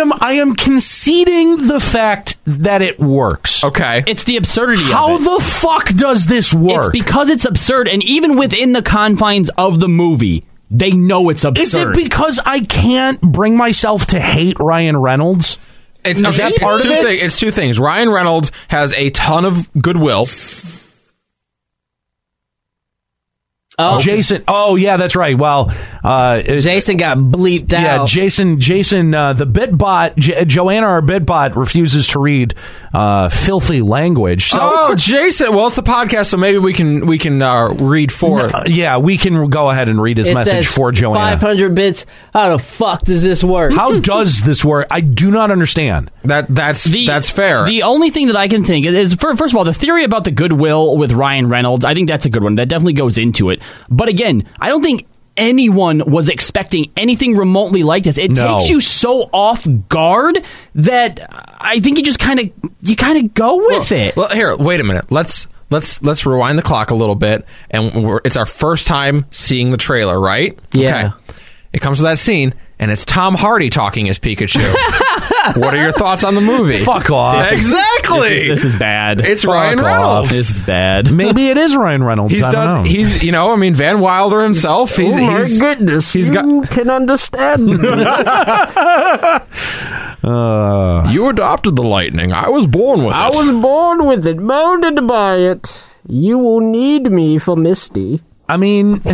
Speaker 1: am I am conceding the fact that it works.
Speaker 5: Okay.
Speaker 8: It's the absurdity
Speaker 1: How
Speaker 8: of it.
Speaker 1: the fuck does this
Speaker 8: it's
Speaker 1: work?
Speaker 8: because it's absurd, and even within the confines of the movie, they know it's
Speaker 1: Is it
Speaker 8: absurd.
Speaker 1: because I can't bring myself to hate Ryan Reynolds?
Speaker 5: It's,
Speaker 1: Is that
Speaker 5: it's
Speaker 1: part of
Speaker 5: two
Speaker 1: it?
Speaker 5: thi- it's two things. Ryan Reynolds has a ton of goodwill.
Speaker 8: oh,
Speaker 1: Jason. Oh yeah, that's right. Well, uh, it-
Speaker 7: Jason got bleeped
Speaker 1: yeah,
Speaker 7: out.
Speaker 1: Jason. Jason, uh, the bitbot, J- Joanna, our bitbot, refuses to read uh, filthy language. So
Speaker 5: oh, Jason. Well, it's the podcast, so maybe we can we can uh, read
Speaker 8: Oh.
Speaker 5: for
Speaker 1: uh, yeah, we can go ahead and read his
Speaker 7: It
Speaker 1: message
Speaker 7: says
Speaker 1: for Joanna.
Speaker 7: 500 bits. How the fuck does this work?
Speaker 1: How does this work? I do not understand.
Speaker 5: that. That's
Speaker 8: The-
Speaker 5: that's fair.
Speaker 8: The only thing that I can think is, is fir- first of all, the theory about the goodwill with Ryan Reynolds, I think that's a good one. That definitely goes into it. But again, I don't think anyone was expecting anything remotely like this. It
Speaker 1: No.
Speaker 8: takes you so off guard that I think you just kind of you kind of go with it.
Speaker 5: Well, here, wait a minute. Let's let's let's rewind the clock a little bit, and we're, it's our first time seeing the trailer, right?
Speaker 7: Yeah.
Speaker 5: It comes to that scene, and it's Tom Hardy talking as Pikachu. what are your thoughts on the movie?
Speaker 1: Fuck off.
Speaker 5: Exactly.
Speaker 8: This, is, this is bad.
Speaker 5: It's Ryan
Speaker 1: off.
Speaker 5: Reynolds.
Speaker 8: this is bad.
Speaker 1: Maybe it is Ryan Reynolds.
Speaker 5: He's
Speaker 1: I don't
Speaker 5: done.
Speaker 1: know.
Speaker 5: He's you know. I mean, Van Wilder himself. He's, he's
Speaker 7: Oh goodness.
Speaker 5: he's got-
Speaker 7: can understand.
Speaker 1: Uh,
Speaker 5: you adopted the lightning. I was born with it.
Speaker 7: born with it, molded by it. You will need me for Misty.
Speaker 1: I mean,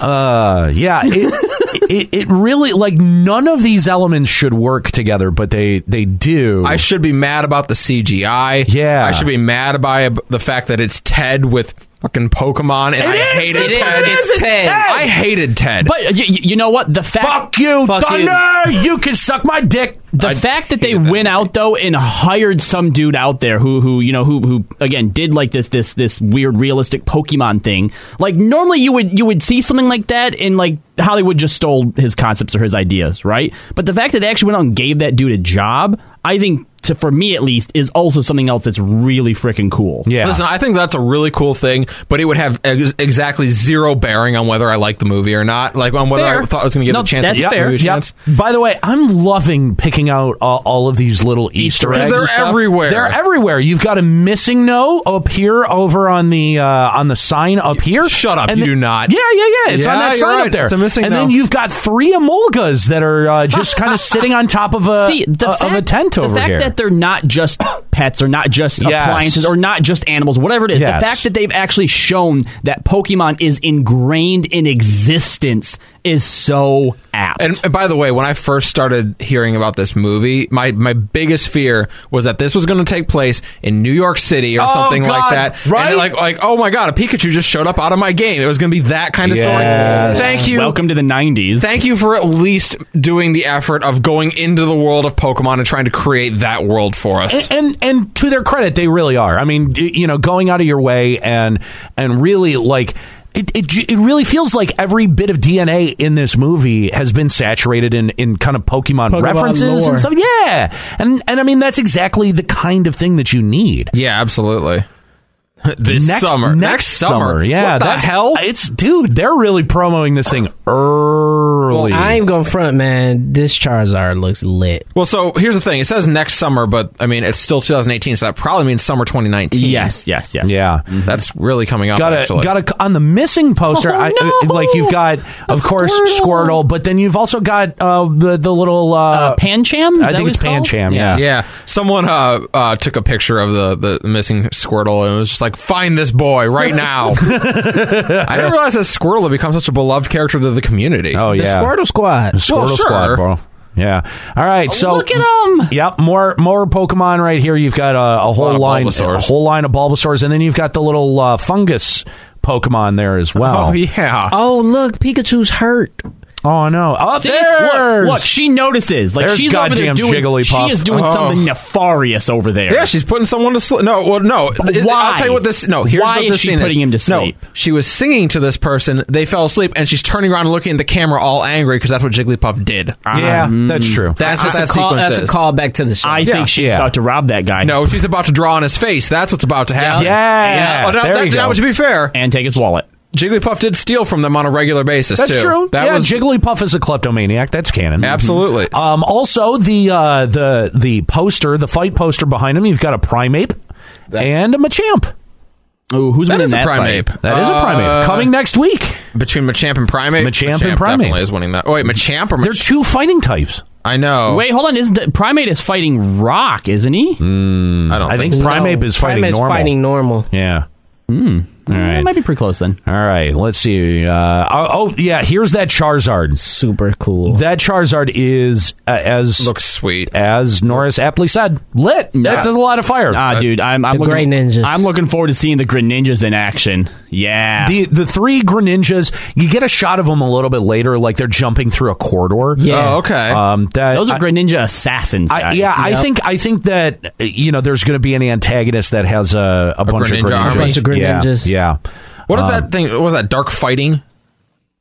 Speaker 1: uh, yeah, it, it it really like none of these elements should work together, but they they do.
Speaker 5: I should be mad about the CGI.
Speaker 1: Yeah.
Speaker 5: I should be mad about the fact that it's Ted with fucking Pokemon, and I
Speaker 1: is,
Speaker 5: hated
Speaker 1: it's
Speaker 5: Ted.
Speaker 1: Ted, it's It's Ted. Ted.
Speaker 5: I hated Ted.
Speaker 8: But y- y- you know what? The fact
Speaker 1: fuck you,
Speaker 7: Fuck you.
Speaker 1: Thunder. You. can suck my dick.
Speaker 8: The fact that they went out though and hired some dude out there who who you know who who again did like this this this weird realistic Pokemon thing. Like normally you would you would see something like that and like Hollywood just stole his concepts or his ideas, right? But the fact that they actually went out and gave that dude a job, I think to for me at least is also something else that's really freaking cool.
Speaker 1: Yeah.
Speaker 5: Listen, I think that's a really cool thing, but it would have ex- exactly zero bearing on whether I like the movie or not. Like on whether
Speaker 8: Fair.
Speaker 5: I thought I was going to get
Speaker 8: No,
Speaker 5: a chance.
Speaker 8: that's
Speaker 5: to give the
Speaker 8: fair.
Speaker 5: movie a
Speaker 8: Yep.
Speaker 5: chance.
Speaker 1: By the way, I'm loving picking out uh, all of these little Easter eggs.
Speaker 5: Because
Speaker 1: and
Speaker 5: they're
Speaker 1: stuff.
Speaker 5: everywhere.
Speaker 1: They're everywhere. You've got a missing note up here, over on the uh, on the sign up here.
Speaker 5: Shut up, you
Speaker 1: the-
Speaker 5: do not.
Speaker 1: Yeah, yeah, yeah. It's
Speaker 5: Yeah,
Speaker 1: on that
Speaker 5: you're
Speaker 1: sign up
Speaker 5: right.
Speaker 1: there.
Speaker 5: It's a missing
Speaker 1: And then
Speaker 5: note.
Speaker 1: you've got three emolgas that are uh, just kind of sitting on top of a
Speaker 8: See, the
Speaker 1: uh,
Speaker 8: fact,
Speaker 1: of a tent
Speaker 8: the
Speaker 1: over
Speaker 8: fact
Speaker 1: here.
Speaker 8: that they're not just pets or not just
Speaker 1: Yes.
Speaker 8: appliances or not just animals, whatever it is,
Speaker 1: Yes.
Speaker 8: the fact that they've actually shown that Pokemon is ingrained in existence is so apt.
Speaker 5: And and by the way, when I first started hearing about this movie, my, my biggest fear was that this was going to take place in New York City or
Speaker 1: Oh,
Speaker 5: something
Speaker 1: God,
Speaker 5: like that. And
Speaker 1: right?
Speaker 5: like like oh my god, a Pikachu just showed up out of my game. It was going to be that kind of
Speaker 1: Yes.
Speaker 5: story. Thank you.
Speaker 8: Welcome to the 90s.
Speaker 5: Thank you for at least doing the effort of going into the world of Pokemon and trying to create that world for us.
Speaker 1: and and to their credit, they really are. I mean, y- you know, going out of your way and and really like. It, it, j- it really feels like every bit of DNA in this movie has been saturated in, in kind of Pokemon,
Speaker 7: Pokemon
Speaker 1: references
Speaker 7: lore.
Speaker 1: and stuff. Yeah, and and I mean that's exactly the kind of thing that you need.
Speaker 5: Yeah, absolutely. this
Speaker 1: next
Speaker 5: summer,
Speaker 1: next, summer. yeah,
Speaker 5: What the
Speaker 1: that's
Speaker 5: hell.
Speaker 1: It's dude, they're really promoting this thing early.
Speaker 7: I ain't gonna front, man. This Charizard looks lit.
Speaker 5: Well, so here's the thing. It says next summer, but I mean it's still 2018, so that probably means summer 2019.
Speaker 8: Yes, yes, yes.
Speaker 1: yeah,
Speaker 5: That's really coming up.
Speaker 1: got a
Speaker 5: actually.
Speaker 1: got a on the missing poster.
Speaker 8: Oh,
Speaker 1: I, uh,
Speaker 8: no!
Speaker 1: like you've got, of course, Squirtle.
Speaker 8: Squirtle.
Speaker 1: but then you've also got uh, the the little. Uh,
Speaker 8: Uh, Pancham? Is
Speaker 1: I
Speaker 8: that
Speaker 1: think
Speaker 8: what
Speaker 1: it's
Speaker 8: called?
Speaker 1: Pancham. Yeah.
Speaker 5: yeah, someone uh, uh, took a picture of the, the missing Squirtle and was just like, "Find this boy right now." I didn't realize that Squirtle had become such a beloved character to the community.
Speaker 1: Oh
Speaker 7: The
Speaker 1: yeah.
Speaker 7: Squirtle Squad.
Speaker 1: Squirtle
Speaker 5: Well,
Speaker 1: Squad,
Speaker 5: sure.
Speaker 1: bro. Yeah. All right. So
Speaker 8: Oh, Look at him!
Speaker 1: Yep, more more Pokemon right here. You've got a, a
Speaker 5: lot
Speaker 1: whole
Speaker 5: of
Speaker 1: line,
Speaker 5: Bulbasaurs.
Speaker 1: a whole line of Bulbasaur's, and then you've got the little uh, fungus Pokemon there as well.
Speaker 5: Oh, yeah.
Speaker 7: Oh, look, Oh, Pikachu's hurt.
Speaker 1: Oh no! Oh,
Speaker 8: See?
Speaker 1: there's
Speaker 8: Look, look, she notices. Like
Speaker 1: There's
Speaker 8: she's over there
Speaker 1: goddamn
Speaker 8: doing.
Speaker 1: Jigglypuff. Uh-huh.
Speaker 8: She is doing
Speaker 5: Oh.
Speaker 8: something nefarious over there.
Speaker 5: Yeah, she's putting someone to sleep. No, well, no. It-
Speaker 8: why?
Speaker 5: I'll tell you what this. No, here's
Speaker 8: Why
Speaker 5: what
Speaker 8: is
Speaker 5: this
Speaker 8: she
Speaker 5: scene
Speaker 8: putting him to sleep?
Speaker 5: No, she was singing to this person. They fell asleep, and she's turning around and looking at the camera, all angry because that's what Jigglypuff did.
Speaker 1: yeah, Ah. Mm. that's true.
Speaker 5: Mm. That's what
Speaker 7: That's,
Speaker 5: that
Speaker 7: a call.
Speaker 5: sequence
Speaker 7: That's
Speaker 5: is.
Speaker 7: a call back to the show.
Speaker 8: I
Speaker 5: Yeah.
Speaker 8: think she's
Speaker 1: Yeah.
Speaker 8: about to rob that guy.
Speaker 5: No, she's about to draw on his face. That's what's about to happen.
Speaker 1: Yeah.
Speaker 5: Oh, no,
Speaker 1: There
Speaker 5: that,
Speaker 1: you
Speaker 5: now,
Speaker 1: go.
Speaker 5: to be fair,
Speaker 8: and take his wallet.
Speaker 5: Jigglypuff did steal from them on a regular basis.
Speaker 1: That's
Speaker 5: too.
Speaker 1: true.
Speaker 5: That
Speaker 1: yeah,
Speaker 5: was
Speaker 1: Jigglypuff is a kleptomaniac. That's canon.
Speaker 5: absolutely.
Speaker 1: Um, also, the uh, the the poster, the fight poster behind him, you've got a primate and a machamp.
Speaker 8: Ooh, who's
Speaker 5: that
Speaker 8: winning
Speaker 5: is a
Speaker 8: that
Speaker 5: primate.
Speaker 8: fight?
Speaker 1: That is a primate
Speaker 5: Uh,
Speaker 1: coming next week.
Speaker 5: between Machamp and Primate.
Speaker 1: Machamp and Primate.
Speaker 5: definitely is winning that. Oh, wait, Machamp or
Speaker 1: They're
Speaker 5: Machamp?
Speaker 1: two fighting types.
Speaker 5: I know.
Speaker 8: Wait, hold on. Isn't that, primate is fighting rock? Isn't he?
Speaker 5: I don't
Speaker 1: I think
Speaker 5: so.
Speaker 1: primate is fighting
Speaker 7: Primus
Speaker 1: normal.
Speaker 7: fighting normal.
Speaker 1: yeah.
Speaker 8: Eh,
Speaker 1: All
Speaker 8: might
Speaker 1: right.
Speaker 8: be pretty close then.
Speaker 1: All right. Let's see. Uh, oh, oh, yeah. Here's that Charizard.
Speaker 7: Super cool.
Speaker 1: That Charizard is uh, as
Speaker 5: looks sweet.
Speaker 1: as Norris aptly said, lit. That does a lot of fire.
Speaker 8: Ah, dude, I'm, I'm
Speaker 7: The
Speaker 8: looking.
Speaker 7: Grey Ninjas.
Speaker 8: I'm looking forward to seeing the Greninjas in action. Yeah.
Speaker 1: the the three Greninjas, you get a shot of them a little bit later, like they're jumping through a corridor.
Speaker 7: Yeah.
Speaker 5: Oh, okay.
Speaker 1: Um, that,
Speaker 8: Those are
Speaker 1: I-
Speaker 8: Greninja assassins.
Speaker 1: I,
Speaker 8: guys.
Speaker 1: yeah, I think I think that uh, you know there's going to be an antagonist that has a, a, bunch
Speaker 5: Greninja
Speaker 1: of Greninjas.
Speaker 5: army. Bunch
Speaker 7: of Greninjas.
Speaker 1: Yeah,
Speaker 5: what
Speaker 1: um,
Speaker 5: is that thing? What was that? Dark fighting?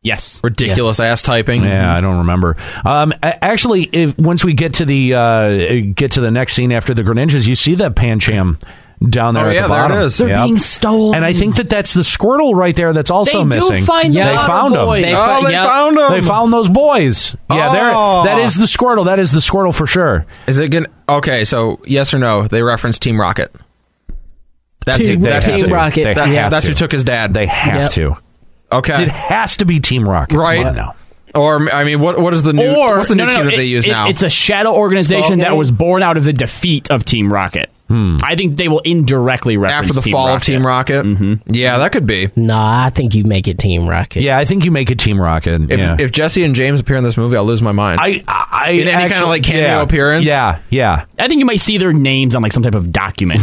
Speaker 8: Yes.
Speaker 5: Ridiculous ass typing. Oh,
Speaker 1: yeah, yeah. I don't remember. Um, a- actually, if once we get to the uh, get to the next scene after the Greninjas, you see that Pancham down there
Speaker 5: Oh,
Speaker 1: at
Speaker 5: yeah,
Speaker 1: the
Speaker 5: there it
Speaker 1: bottom.
Speaker 5: is. They're
Speaker 1: Yep.
Speaker 8: Being stolen.
Speaker 1: And I think that that's the Squirtle right there that's
Speaker 8: they
Speaker 1: also
Speaker 8: do
Speaker 1: missing.
Speaker 8: find
Speaker 7: Yeah.
Speaker 8: the
Speaker 1: They
Speaker 8: water
Speaker 1: found 'em.
Speaker 8: boy.
Speaker 7: They
Speaker 8: Uh,
Speaker 5: Oh,
Speaker 7: fi-
Speaker 5: they
Speaker 7: yep.
Speaker 5: found him.
Speaker 1: They found those boys. Yeah,
Speaker 5: Oh.
Speaker 1: there. That is the Squirtle. That is the Squirtle for sure.
Speaker 5: Is it gonna? Okay, so yes or no? They referenced Team Rocket. That's
Speaker 1: Team-
Speaker 5: that's
Speaker 1: they
Speaker 5: who
Speaker 1: have
Speaker 5: took-
Speaker 1: to.
Speaker 7: Rocket.
Speaker 1: They
Speaker 5: that-
Speaker 1: have
Speaker 5: that's
Speaker 1: to.
Speaker 5: who took his dad.
Speaker 1: They have
Speaker 7: Yep.
Speaker 1: to.
Speaker 5: okay,
Speaker 1: It has to be Team Rocket.
Speaker 5: right?
Speaker 1: Come on now.
Speaker 5: Or I mean, what what is the new?
Speaker 8: or
Speaker 5: what's the new
Speaker 8: no, no,
Speaker 5: team
Speaker 8: no,
Speaker 5: that they
Speaker 8: it-
Speaker 5: use
Speaker 8: it-
Speaker 5: now?
Speaker 8: It's a shadow organization that was born out of the defeat of Team Rocket. I think they will indirectly reference
Speaker 5: after the
Speaker 8: Team
Speaker 5: fall
Speaker 8: Rocket.
Speaker 5: of Team Rocket. Mm-hmm. Yeah, that could be.
Speaker 7: Nah, I think you make it Team Rocket.
Speaker 1: Yeah, I think you make a Team Rocket.
Speaker 5: If,
Speaker 1: yeah.
Speaker 5: if Jesse and James appear in this movie, I'll lose my mind.
Speaker 1: I, I
Speaker 5: In any kind of,
Speaker 1: actually-
Speaker 5: like, cameo
Speaker 1: yeah.
Speaker 5: appearance?
Speaker 1: Yeah, yeah.
Speaker 8: I think you might see their names on like some type of document.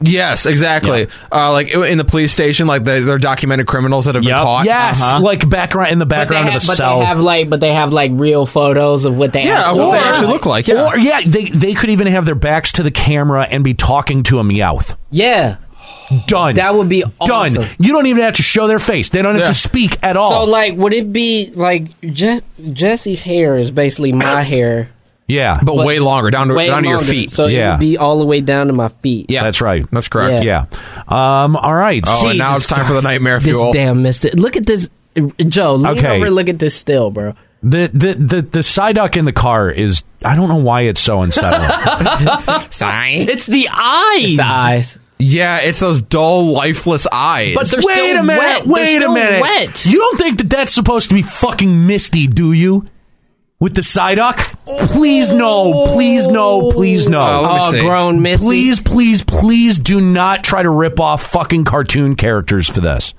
Speaker 5: yes, exactly. Uh, like in the police station, like they, they're documented criminals that have been
Speaker 8: Yep.
Speaker 5: caught.
Speaker 1: Yes,
Speaker 8: Uh-huh.
Speaker 1: like background in the
Speaker 7: But they
Speaker 1: background
Speaker 7: have-
Speaker 1: of the
Speaker 7: but
Speaker 1: cell.
Speaker 7: they have like, but they have like real photos of what they
Speaker 5: yeah, of
Speaker 7: actually
Speaker 5: what they
Speaker 7: look
Speaker 5: actually
Speaker 7: like.
Speaker 5: look like. Yeah,
Speaker 1: Or yeah, they they could even have their backs to the camera and be talking to a meowth.
Speaker 7: Yeah,
Speaker 1: Done.
Speaker 7: that would be
Speaker 1: done.
Speaker 7: awesome.
Speaker 1: You don't even have to show their face. They don't have
Speaker 5: Yeah.
Speaker 1: to speak at all.
Speaker 7: So like, would it be like Je- Jesse's hair is basically my hair,
Speaker 1: yeah,
Speaker 5: but, way longer down to
Speaker 7: way
Speaker 5: down to
Speaker 7: longer,
Speaker 5: your feet.
Speaker 7: so it
Speaker 1: Yeah.
Speaker 7: would be all the way down to my feet.
Speaker 5: yeah,
Speaker 1: that's right.
Speaker 5: That's correct.
Speaker 1: Yeah. Um, all right.
Speaker 5: Oh, and now
Speaker 7: Jesus
Speaker 5: it's time for the nightmare
Speaker 7: this
Speaker 5: fuel.
Speaker 7: damn mister. Look at this, Joe. Look
Speaker 1: Okay.
Speaker 7: over, look at this still, bro.
Speaker 1: The the the the Psyduck in the car is I don't know why it's so unsettling.
Speaker 8: it's the eyes.
Speaker 7: The eyes.
Speaker 5: Yeah, it's those dull, lifeless eyes.
Speaker 8: But they're
Speaker 1: wait
Speaker 8: still
Speaker 1: a minute,
Speaker 8: wet. They're
Speaker 1: wait
Speaker 8: still
Speaker 1: a minute.
Speaker 8: wet.
Speaker 1: You don't think that that's supposed to be fucking misty, do you? With the Psyduck? Please no, please no, please
Speaker 5: Oh,
Speaker 1: no.
Speaker 5: let me
Speaker 7: All
Speaker 5: see.
Speaker 7: grown Misty.
Speaker 1: Please, please, please do not try to rip off fucking cartoon characters for this.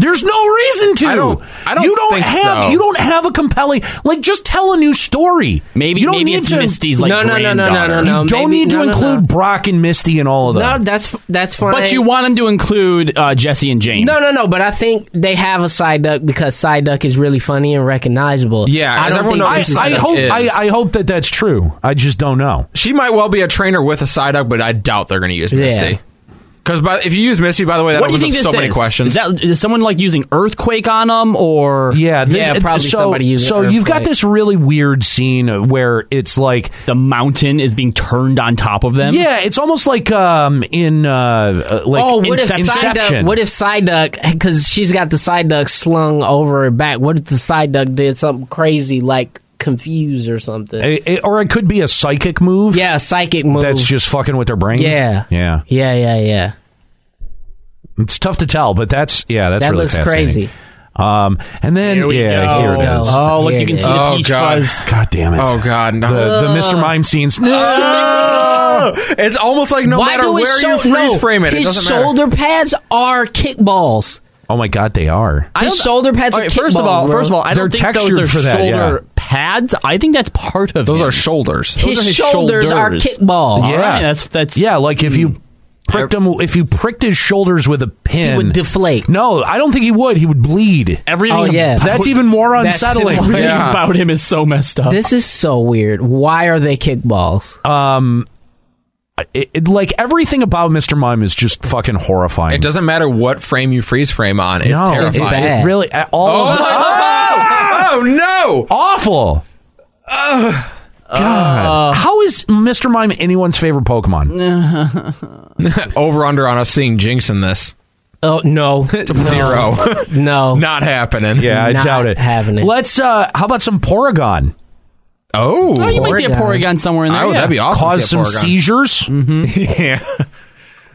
Speaker 1: There's no reason to.
Speaker 5: I don't- I don't
Speaker 1: you don't
Speaker 5: think
Speaker 1: have
Speaker 5: so.
Speaker 1: you don't have a compelling like just tell a new story.
Speaker 8: Maybe
Speaker 1: you don't
Speaker 8: maybe
Speaker 1: need
Speaker 8: it's
Speaker 1: to,
Speaker 8: Misty's like
Speaker 7: No, no, no, no, no, no,
Speaker 8: granddaughter.
Speaker 7: no.
Speaker 1: You don't
Speaker 7: maybe-
Speaker 1: need to
Speaker 7: no, no, no.
Speaker 1: include Brock and Misty and all of that.
Speaker 7: No, that's f- that's fine.
Speaker 8: But you want him to include uh, Jesse and James.
Speaker 7: No, no, no. But I think they have a side duck because side duck is really funny and recognizable.
Speaker 5: Yeah,
Speaker 7: I
Speaker 5: as
Speaker 7: don't
Speaker 5: everyone knows,
Speaker 7: think
Speaker 1: I,
Speaker 7: this is
Speaker 1: I
Speaker 5: Psyduck
Speaker 1: hope
Speaker 5: is.
Speaker 1: I, I hope that that's true. I just don't know.
Speaker 5: She might well be a trainer with a Psyduck, but I doubt they're going to use Misty. Because if you use Misty, by the way, that
Speaker 8: What do you
Speaker 5: opens
Speaker 8: think
Speaker 5: up
Speaker 8: this
Speaker 5: so many
Speaker 8: is?
Speaker 5: questions.
Speaker 8: Is, that, is someone like using earthquake on them or
Speaker 1: Yeah, this,
Speaker 7: Yeah,
Speaker 1: it-
Speaker 7: probably
Speaker 1: so,
Speaker 7: somebody using
Speaker 1: So
Speaker 7: Earth
Speaker 1: you've got
Speaker 7: Flight.
Speaker 1: this really weird scene where it's like,
Speaker 8: the mountain is being turned on top of them?
Speaker 1: yeah, it's almost like um in uh, uh, like
Speaker 7: oh, what if
Speaker 1: Inception.
Speaker 7: Psyduck? What if Psyduck? Because she's got the Psyduck slung over her back. What if the Psyduck did something crazy, like confused or something?
Speaker 1: It- it- or it could be a psychic move.
Speaker 7: yeah, a psychic move.
Speaker 1: that's just fucking with their brains.
Speaker 7: Yeah.
Speaker 1: yeah,
Speaker 7: yeah, yeah, yeah.
Speaker 1: it's tough to tell, but that's yeah, that's
Speaker 7: That
Speaker 1: really
Speaker 7: looks
Speaker 1: fascinating.
Speaker 7: crazy.
Speaker 1: Um, and then
Speaker 8: Here we
Speaker 1: yeah,
Speaker 8: go.
Speaker 1: here it is.
Speaker 8: Oh, look,
Speaker 7: Here
Speaker 8: you
Speaker 7: it
Speaker 8: can
Speaker 7: is.
Speaker 8: see the
Speaker 5: Oh,
Speaker 8: peach
Speaker 5: God.
Speaker 8: fuzz.
Speaker 1: God damn it!
Speaker 5: oh God, no!
Speaker 1: the, the Mr. Mime scenes.
Speaker 5: it's almost like no matter
Speaker 7: his
Speaker 5: where
Speaker 7: shou-
Speaker 5: you freeze
Speaker 7: no,
Speaker 5: frame it, it
Speaker 7: his
Speaker 5: doesn't matter.
Speaker 7: shoulder pads are kickballs.
Speaker 1: Oh my God, they are.
Speaker 8: I
Speaker 7: His
Speaker 8: don't-
Speaker 7: shoulder pads are
Speaker 8: Alright, first of
Speaker 7: kickballs,
Speaker 8: all,
Speaker 7: bro.
Speaker 8: first of all, I don't
Speaker 1: They're
Speaker 8: think those
Speaker 1: textured
Speaker 8: are
Speaker 1: for that, yeah.
Speaker 8: shoulder pads. I think that's part of
Speaker 5: Those
Speaker 8: him.
Speaker 5: are shoulders.
Speaker 8: Those
Speaker 7: his,
Speaker 8: are his
Speaker 7: shoulders, are
Speaker 8: shoulders.
Speaker 7: kickballs.
Speaker 1: Yeah.
Speaker 8: Alright, that's that's
Speaker 1: Yeah, like if you pricked him, if you pricked his shoulders with a pin,
Speaker 7: He would deflate.
Speaker 1: No, I don't think he would. He would bleed.
Speaker 8: Everything.
Speaker 7: Oh, yeah.
Speaker 8: about-
Speaker 1: That's even more
Speaker 7: That's
Speaker 1: unsettling.
Speaker 7: similar.
Speaker 8: Everything
Speaker 5: Yeah.
Speaker 8: about him is so messed up.
Speaker 7: This is so weird. Why are they kickballs?
Speaker 1: Uh, It- it- like everything about Mr. Mime is just fucking horrifying.
Speaker 5: It doesn't matter what frame you freeze frame on. It's
Speaker 1: No,
Speaker 5: terrifying.
Speaker 7: it's bad.
Speaker 1: It really, uh, all
Speaker 5: Oh,
Speaker 1: of
Speaker 5: my
Speaker 1: it-
Speaker 5: God. oh no!
Speaker 1: awful.
Speaker 5: Uh.
Speaker 1: God, how is Mr. Mime anyone's favorite
Speaker 5: Mm,
Speaker 1: Pokemon?
Speaker 5: Over under on us seeing Jinx in this.
Speaker 7: Oh no,
Speaker 5: Zero.
Speaker 7: no.
Speaker 5: Not happening.
Speaker 1: Yeah, I
Speaker 7: Not
Speaker 1: doubt it.
Speaker 7: having it.
Speaker 1: Let's. uh How about some Porygon?
Speaker 5: Oh.
Speaker 8: oh, you might see a
Speaker 7: Porygon.
Speaker 8: Porygon somewhere in there.
Speaker 5: Oh,
Speaker 8: yeah.
Speaker 5: that'd be awesome. to
Speaker 1: Cause
Speaker 5: see
Speaker 1: some
Speaker 5: a Porygon. Mm-hmm.
Speaker 1: seizures.
Speaker 5: Yeah.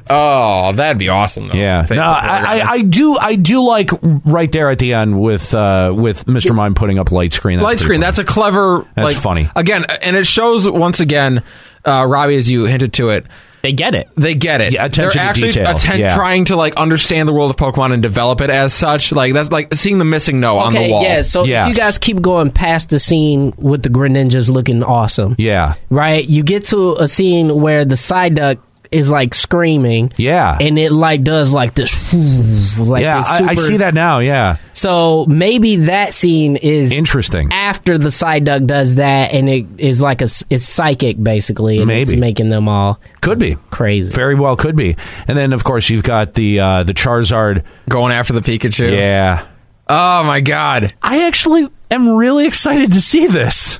Speaker 5: Oh, that'd be awesome. Though.
Speaker 1: Yeah.
Speaker 5: If they
Speaker 1: No,
Speaker 5: had a
Speaker 1: I,
Speaker 5: Porygon.
Speaker 1: I, I do. I do like right there at the end with uh with Mr. Mime putting up light screen. That's
Speaker 5: light
Speaker 1: pretty
Speaker 5: screen.
Speaker 1: cool.
Speaker 5: That's a clever.
Speaker 1: That's
Speaker 5: like,
Speaker 1: funny.
Speaker 5: Again, and it shows once again, uh, Robbie, as you hinted to it,
Speaker 8: They get it.
Speaker 5: they get it.
Speaker 1: Yeah, attention
Speaker 5: They're
Speaker 1: to
Speaker 5: actually
Speaker 1: detail.
Speaker 5: atten-
Speaker 1: Yeah.
Speaker 5: trying to like understand the world of Pokemon and develop it as such. Like that's like seeing the missing no on the
Speaker 7: Okay,
Speaker 5: wall.
Speaker 7: yeah. So
Speaker 1: Yes.
Speaker 7: if you guys keep going past the scene with the Greninjas looking awesome,
Speaker 1: yeah.
Speaker 7: right? You get to a scene where the Psyduck is like screaming,
Speaker 1: Yeah.
Speaker 7: and it like does like this, like
Speaker 1: yeah,
Speaker 7: this
Speaker 1: I, I
Speaker 7: super-
Speaker 1: see that now. Yeah,
Speaker 7: So maybe that scene is
Speaker 1: interesting.
Speaker 7: after the Psyduck does that, and it is like a s- it's psychic basically, and it's
Speaker 1: Maybe.
Speaker 7: making them all
Speaker 1: Could be
Speaker 7: crazy.
Speaker 1: Very well, could be. And then, of course, you've got the uh, the Charizard.
Speaker 5: Going after the Pikachu.
Speaker 1: Yeah,
Speaker 5: Oh my god.
Speaker 1: I actually am really excited to see this.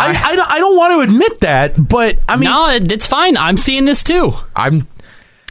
Speaker 1: I I, don't- I don't want to admit that, but I mean,
Speaker 8: no, it, it's fine. I'm seeing this too.
Speaker 5: I'm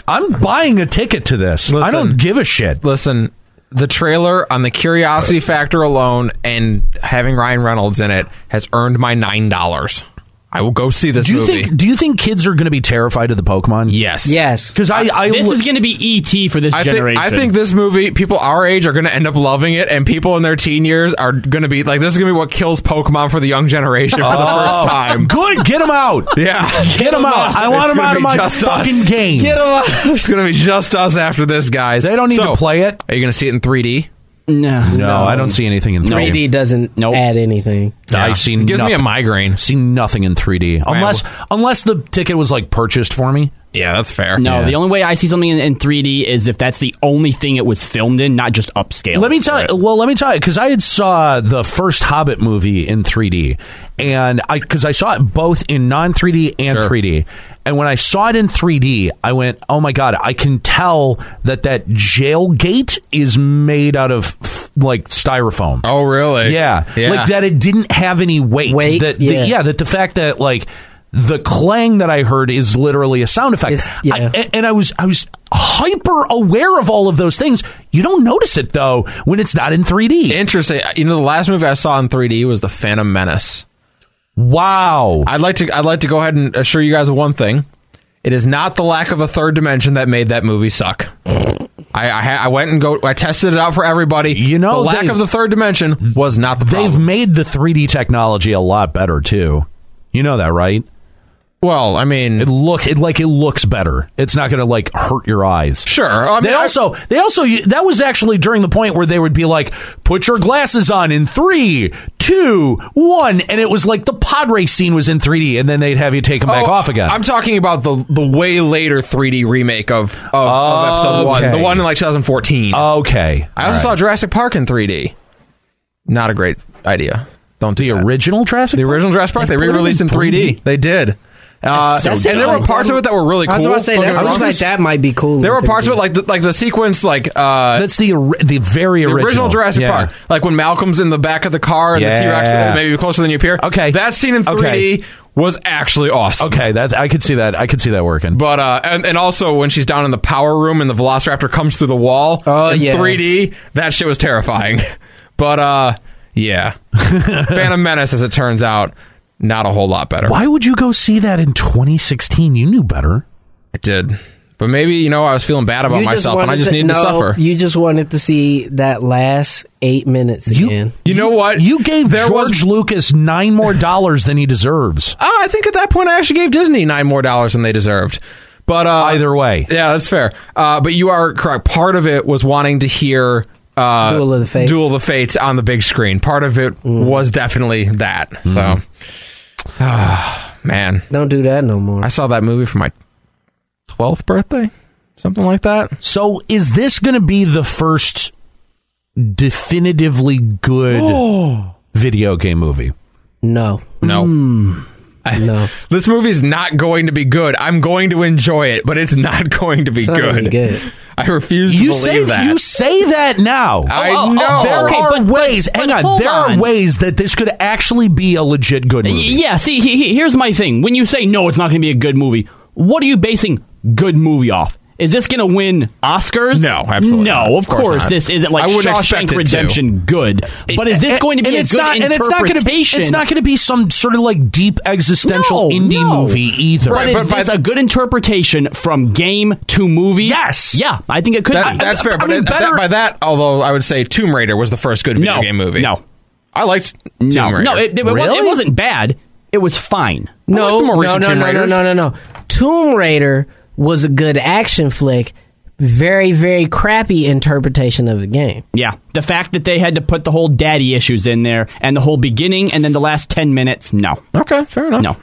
Speaker 1: I'm buying a ticket to this. I
Speaker 5: Listen.
Speaker 1: don't give a shit.
Speaker 5: listen. The trailer on the curiosity factor alone and having Ryan Reynolds in it has earned my nine dollars. I will go see this
Speaker 1: Do you
Speaker 5: movie.
Speaker 1: think Do you think kids are going to be terrified of the Pokemon?
Speaker 5: yes.
Speaker 7: yes.
Speaker 1: because I I
Speaker 8: This
Speaker 1: lo-
Speaker 8: is going to be ET for this
Speaker 5: I think,
Speaker 8: generation.
Speaker 5: I think this movie, people our age are going to end up loving it, and people in their teen years are going to be like, this is going to be what kills Pokemon for the young generation for the
Speaker 1: Oh.
Speaker 5: first time.
Speaker 1: good. Get them out.
Speaker 5: Yeah.
Speaker 1: Get them out. I want
Speaker 5: It's
Speaker 1: them
Speaker 5: gonna
Speaker 1: out
Speaker 5: be
Speaker 1: of my
Speaker 5: just
Speaker 1: fucking
Speaker 5: us.
Speaker 1: game.
Speaker 5: Get 'em out. It's going to be just us after this, guys.
Speaker 1: They don't need
Speaker 5: So,
Speaker 1: to play it.
Speaker 5: Are you going to see it in 3D?
Speaker 8: no,
Speaker 1: No, I don't see anything in 3D.
Speaker 7: 3D doesn't
Speaker 8: Nope.
Speaker 7: add anything.
Speaker 1: I
Speaker 5: Yeah.
Speaker 1: see
Speaker 5: It gives
Speaker 1: nothing.
Speaker 5: me a migraine.
Speaker 1: see nothing in 3D unless unless the ticket was like purchased for me.
Speaker 5: Yeah, that's fair.
Speaker 8: No,
Speaker 1: Yeah.
Speaker 8: the only way I see something in, in 3D is if that's the only thing it was filmed in, not just upscale.
Speaker 1: Let me tell you. Well, let me tell you because I had saw the first Hobbit movie in 3D, and I because I saw it both in non 3D and
Speaker 5: Sure.
Speaker 1: 3D, and when I saw it in 3D, I went, "Oh my god! I can tell that that jail gate is made out of f- like styrofoam."
Speaker 5: Oh, really?
Speaker 1: Yeah.
Speaker 5: Yeah.
Speaker 1: Like that it didn't have any weight.
Speaker 7: Weight,
Speaker 1: That,
Speaker 7: yeah.
Speaker 1: The, yeah, that the fact that like the clang that I heard is literally a sound effect.
Speaker 7: It's- yeah.
Speaker 1: I, and, and I was I was hyper aware of all of those things. You don't notice it though when it's not in 3D.
Speaker 5: Interesting. You know, the last movie I saw in 3D was The Phantom Menace.
Speaker 1: wow.
Speaker 5: I'd like to. I'd like to go ahead and assure you guys of one thing. It is not the lack of a third dimension that made that movie suck. I, I, ha- I went and go. I tested it out for everybody.
Speaker 1: You know,
Speaker 5: the lack
Speaker 1: they've-
Speaker 5: of the third dimension was not the
Speaker 1: They've
Speaker 5: problem.
Speaker 1: made the 3D technology a lot better too. You know that, right?
Speaker 5: well, I mean,
Speaker 1: It look it like it looks better. It's not going to like hurt your eyes.
Speaker 5: sure. I
Speaker 1: They
Speaker 5: mean, I-
Speaker 1: also, they also, that was actually during the point where they would be like, put your glasses on in three, two, one. And it was like the pod race scene was in 3D and then they'd have you take them back
Speaker 5: Oh,
Speaker 1: off again.
Speaker 5: I'm talking about the the way later 3D remake of of, of episode one,
Speaker 1: Okay. Oh,
Speaker 5: the one in like 2014.
Speaker 1: okay.
Speaker 5: I also saw Jurassic Park in 3D. Not a great idea. Don't do
Speaker 1: the
Speaker 5: that.
Speaker 1: original Jurassic
Speaker 5: The original Jurassic Park, they
Speaker 1: put it in
Speaker 5: re-released in 3D. They did. Uh,
Speaker 7: That's so
Speaker 5: and there were
Speaker 7: dumb.
Speaker 5: parts of it that were really cool.
Speaker 7: I was about to say
Speaker 5: Don't
Speaker 7: that
Speaker 5: get me
Speaker 7: seems
Speaker 5: wrong.
Speaker 7: like that might be cool.
Speaker 5: There were
Speaker 7: in
Speaker 5: parts of it
Speaker 7: 3D.
Speaker 5: like the, like the sequence like uh,
Speaker 1: That's the, ori- the very
Speaker 5: the
Speaker 1: original.
Speaker 5: original, Jurassic
Speaker 1: Yeah.
Speaker 5: Park, like when Malcolm's in the back of the car and
Speaker 1: Yeah.
Speaker 5: the T Rex maybe closer than you appear.
Speaker 1: Okay.
Speaker 5: that scene in 3D
Speaker 1: Okay.
Speaker 5: was actually awesome.
Speaker 1: Okay. That's, I could see that. I could see that working.
Speaker 5: But uh, and, and also when she's down in the power room and the Velociraptor comes through the wall
Speaker 7: Oh,
Speaker 5: in
Speaker 7: yeah.
Speaker 5: 3D, that shit was terrifying. But uh, yeah, Phantom Menace, as it turns out, not a whole lot better.
Speaker 1: Why would you go see that in 2016? You knew better.
Speaker 5: I did. But maybe, you know, I was feeling bad about
Speaker 7: You just
Speaker 5: myself and I
Speaker 7: wanted
Speaker 5: just
Speaker 7: to-
Speaker 5: needed to
Speaker 7: no,
Speaker 5: suffer. You,
Speaker 7: You just wanted to see that last eight minutes again.
Speaker 5: know what?
Speaker 1: You gave
Speaker 5: there
Speaker 1: George
Speaker 5: was.
Speaker 1: Lucas nine more dollars than he deserves.
Speaker 5: Ah, I think at that point I actually gave Disney nine more dollars than they deserved. But uh,
Speaker 1: Either way.
Speaker 5: yeah, that's fair. Uh, but you are correct. Part of it was wanting to hear uh,
Speaker 7: Duel of the Fates. Mm-hmm.
Speaker 5: Duel of the Fates on the big screen. Part of it was definitely that. So, ah, man,
Speaker 7: Don't do that no more.
Speaker 5: I saw that movie for my twelfth birthday. something like that.
Speaker 1: So is this going to be the first definitively good video game movie?
Speaker 7: No.
Speaker 5: No.
Speaker 7: Hmm. No.
Speaker 5: This movie's not going to be good. I'm going to enjoy it, but it's not going to be
Speaker 7: It's not gonna
Speaker 5: good.
Speaker 7: be good.
Speaker 5: I refuse to
Speaker 1: You
Speaker 5: believe
Speaker 1: say
Speaker 5: that.
Speaker 1: you say that now.
Speaker 5: I
Speaker 8: Oh, oh,
Speaker 5: know.
Speaker 8: oh,
Speaker 1: there
Speaker 8: okay,
Speaker 1: are
Speaker 8: but- but-
Speaker 1: ways.
Speaker 8: but
Speaker 1: hang on,
Speaker 8: hold
Speaker 1: there
Speaker 8: on.
Speaker 1: are ways that this could actually be a legit good movie.
Speaker 8: Y- Yeah, see, he, he- here's my thing. When you say no, it's not going to be a good movie, what are you basing good movie off? Is this going to win Oscars?
Speaker 5: No, absolutely
Speaker 8: No,
Speaker 5: not.
Speaker 8: of course,
Speaker 5: not.
Speaker 8: this isn't like
Speaker 5: I wouldn't expect
Speaker 8: Shawshank
Speaker 5: it to.
Speaker 8: Redemption good. But is this
Speaker 1: And-
Speaker 8: going to be
Speaker 1: and
Speaker 8: a
Speaker 1: it's
Speaker 8: good
Speaker 1: not, and it's not gonna be-
Speaker 8: interpretation?
Speaker 1: It's not going to be some sort of like deep existential
Speaker 8: No,
Speaker 1: indie
Speaker 8: no.
Speaker 1: movie either.
Speaker 8: But is
Speaker 5: but-
Speaker 8: this
Speaker 5: but-
Speaker 8: a good interpretation from game to movie?
Speaker 1: Yes.
Speaker 8: Yeah, I think it could.
Speaker 5: That-
Speaker 8: be.
Speaker 5: that's fair,
Speaker 1: I
Speaker 5: but
Speaker 1: mean,
Speaker 5: it- that-
Speaker 1: better-
Speaker 5: by that, although I would say Tomb Raider was the first good video
Speaker 8: No,
Speaker 5: game movie.
Speaker 8: no.
Speaker 5: I liked Tomb
Speaker 8: no,
Speaker 5: Raider.
Speaker 8: no, it, it, was, it wasn't bad. It was fine.
Speaker 5: I like
Speaker 7: No,
Speaker 5: the more
Speaker 7: no,
Speaker 5: recent
Speaker 7: no,
Speaker 5: Tomb
Speaker 7: no, no,
Speaker 5: Raiders.
Speaker 7: no, no, no. Tomb Raider was a good action flick. Very, very crappy interpretation of the game.
Speaker 8: Yeah, the fact that they had to put the whole daddy issues in there and the whole beginning and then the last ten minutes. No,
Speaker 5: Okay, fair enough.
Speaker 8: no.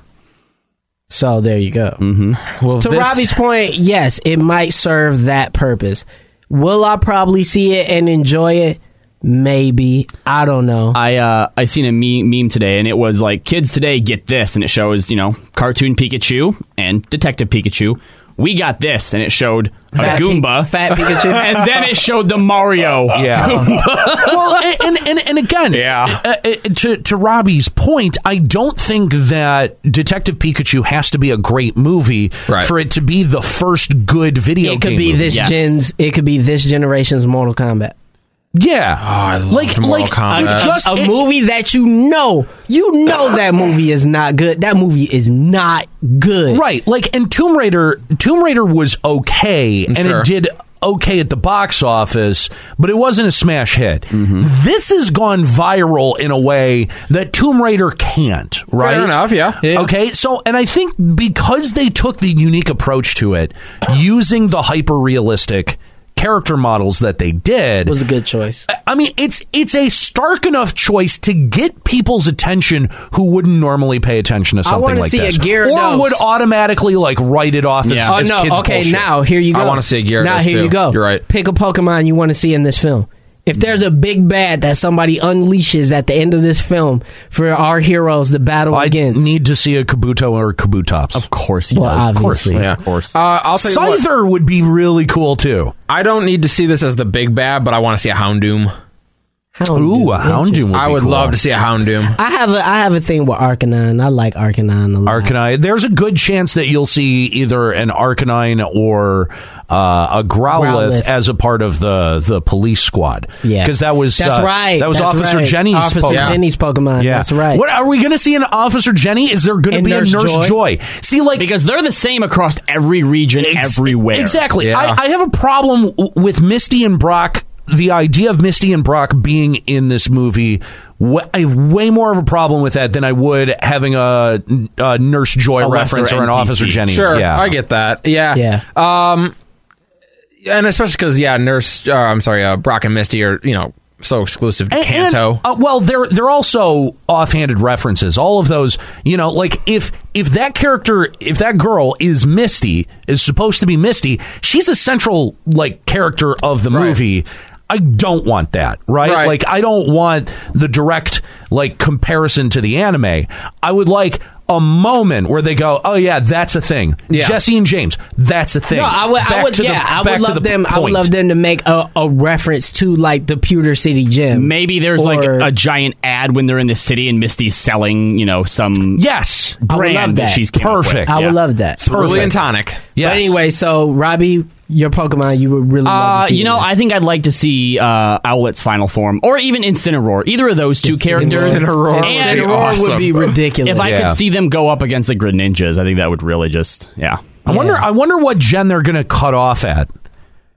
Speaker 7: So there you go. to Robbie's point, yes, it might serve that purpose. Will I probably see it and enjoy it? Maybe. I don't know.
Speaker 8: I uh, I seen a meme, meme today, and it was like, "Kids today get this," and it shows you know cartoon Pikachu and Detective Pikachu. We got this, and it showed a
Speaker 7: Fat Pi-
Speaker 8: Goomba,
Speaker 7: Fat Pikachu.
Speaker 8: and then it showed the Mario.
Speaker 1: Yeah. well, and- and, and and again,
Speaker 5: Yeah.
Speaker 1: uh, uh, to to Robbie's point, I don't think that Detective Pikachu has to be a great movie
Speaker 5: Right.
Speaker 1: for it to be the first good video
Speaker 7: it
Speaker 1: game.
Speaker 7: could be
Speaker 1: movie.
Speaker 7: this
Speaker 8: Yes.
Speaker 7: gen's. It could be this generation's Mortal Kombat.
Speaker 1: Yeah.
Speaker 5: Oh, I loved
Speaker 1: like
Speaker 5: Mortal
Speaker 1: like
Speaker 5: Kombat.
Speaker 1: it
Speaker 5: A-
Speaker 1: just
Speaker 7: a
Speaker 1: Uh, it-
Speaker 7: movie that you know, you know that movie is not good. That movie is not good.
Speaker 1: Right. Like and Tomb Raider Tomb Raider was okay and
Speaker 5: Sure.
Speaker 1: it did okay at the box office, but it wasn't a smash hit.
Speaker 5: Mm-hmm.
Speaker 1: This has gone viral in a way that Tomb Raider can't, right?
Speaker 5: enough, yeah. Yeah.
Speaker 1: Okay. So and I think because they took the unique approach to it using the hyper realistic character models that they did
Speaker 7: It was a good choice.
Speaker 1: I mean, it's it's a stark enough choice to get people's attention who wouldn't normally pay attention to something
Speaker 7: wanna
Speaker 1: like
Speaker 7: see a
Speaker 1: this,
Speaker 7: Gyarados.
Speaker 1: or would automatically like write it off
Speaker 8: Yeah.
Speaker 1: as,
Speaker 7: Oh
Speaker 1: as kids
Speaker 7: no! Okay,
Speaker 1: bullshit.
Speaker 7: now here you go.
Speaker 5: I wanna see a Gyarados,
Speaker 7: Now here
Speaker 5: too.
Speaker 7: you go.
Speaker 5: You're right.
Speaker 7: Pick a Pokemon you want to see in this film.
Speaker 1: Hmm.
Speaker 7: If there's a big bad that somebody unleashes at the end of this film for our heroes to battle
Speaker 1: I
Speaker 7: against,
Speaker 1: need to see a Kabuto or Kabutops.
Speaker 8: Of course he
Speaker 7: well,
Speaker 8: does.
Speaker 7: obviously,
Speaker 5: Yeah.
Speaker 8: Of course.
Speaker 5: Uh, I'll tell you what,
Speaker 1: Scyther would be really cool too.
Speaker 5: I don't need to see this as the big bad, but I want to see a Houndoom.
Speaker 7: Houndoom.
Speaker 1: Ooh, a Houndoom.
Speaker 7: Interesting.
Speaker 1: Would
Speaker 5: I
Speaker 1: be
Speaker 5: would
Speaker 1: cool.
Speaker 5: love to see a Houndoom.
Speaker 7: I have a I have a thing with Arcanine. I like Arcanine a lot.
Speaker 1: Arcanine. There's a good chance that you'll see either an Arcanine or uh, a Growlithe,
Speaker 7: Growlithe.
Speaker 1: as a part of the the police squad.
Speaker 7: Yeah,
Speaker 1: because that was
Speaker 7: that's
Speaker 1: uh,
Speaker 7: right.
Speaker 1: That was
Speaker 7: That's
Speaker 1: Officer
Speaker 7: right.
Speaker 1: Jenny's
Speaker 7: Officer
Speaker 1: Pokemon.
Speaker 7: Jenny's Pokemon. That's right.
Speaker 1: What are we going to see an Officer Jenny? Is there going to
Speaker 7: And
Speaker 1: be
Speaker 7: Nurse
Speaker 1: a Nurse Joy?
Speaker 7: Joy?
Speaker 1: See, like
Speaker 8: because they're the same across every region,
Speaker 1: ex-
Speaker 8: everywhere.
Speaker 1: Exactly.
Speaker 5: Yeah.
Speaker 1: I, I have a problem w- with Misty and Brock. The idea of Misty and Brock being in this movie, wh- I have way more of a problem with that than I would having a, a Nurse Joy
Speaker 8: A lesser
Speaker 1: reference or an
Speaker 8: NPC.
Speaker 1: Officer Jenny.
Speaker 5: Sure,
Speaker 1: yeah.
Speaker 5: I get that. Yeah,
Speaker 7: Yeah.
Speaker 5: Um, and especially because yeah, Nurse. Uh, I'm sorry, uh, Brock and Misty are you know so exclusive to
Speaker 1: And- and,
Speaker 5: Kanto.
Speaker 1: uh, well, they're they're also offhanded references. All of those, you know, like if if that character, if that girl is Misty, is supposed to be Misty, she's a central like character of the
Speaker 5: Right.
Speaker 1: movie. I don't want that, right?
Speaker 5: Right.
Speaker 1: Like I don't want the direct like comparison to the anime. I would like a moment where they go, "Oh yeah, that's a thing."
Speaker 5: Yeah.
Speaker 1: Jesse and James, that's a thing.
Speaker 7: No, I would. I
Speaker 1: Back
Speaker 7: would.
Speaker 1: to the-
Speaker 7: Yeah, I
Speaker 1: back
Speaker 7: would
Speaker 1: to the
Speaker 7: love them. I would
Speaker 1: point.
Speaker 7: love them to make a, a reference to like the Pewter City Gym.
Speaker 8: Maybe there's like
Speaker 7: Or-
Speaker 8: a giant ad when they're in the city and Misty's selling, you know, some
Speaker 1: Yes,
Speaker 7: I would
Speaker 8: brand
Speaker 7: love that.
Speaker 8: she's came up with.
Speaker 1: Perfect.
Speaker 7: I
Speaker 8: Yeah.
Speaker 7: would love that.
Speaker 5: Cerulean Tonic.
Speaker 1: Yes.
Speaker 7: But anyway, so Robbie, your Pokemon, you would really love
Speaker 8: Uh,
Speaker 7: to see.
Speaker 8: you know, I think I'd like to see uh, Owlet's final form, or even Incineroar. Either of those two characters.
Speaker 5: Incineroar would
Speaker 8: And
Speaker 5: be
Speaker 7: Incineroar
Speaker 5: awesome.
Speaker 7: would be ridiculous.
Speaker 8: if I
Speaker 1: Yeah.
Speaker 8: could see them go up against the Greninjas, I think that would really just yeah.
Speaker 1: I wonder. I wonder what gen they're going to cut off at.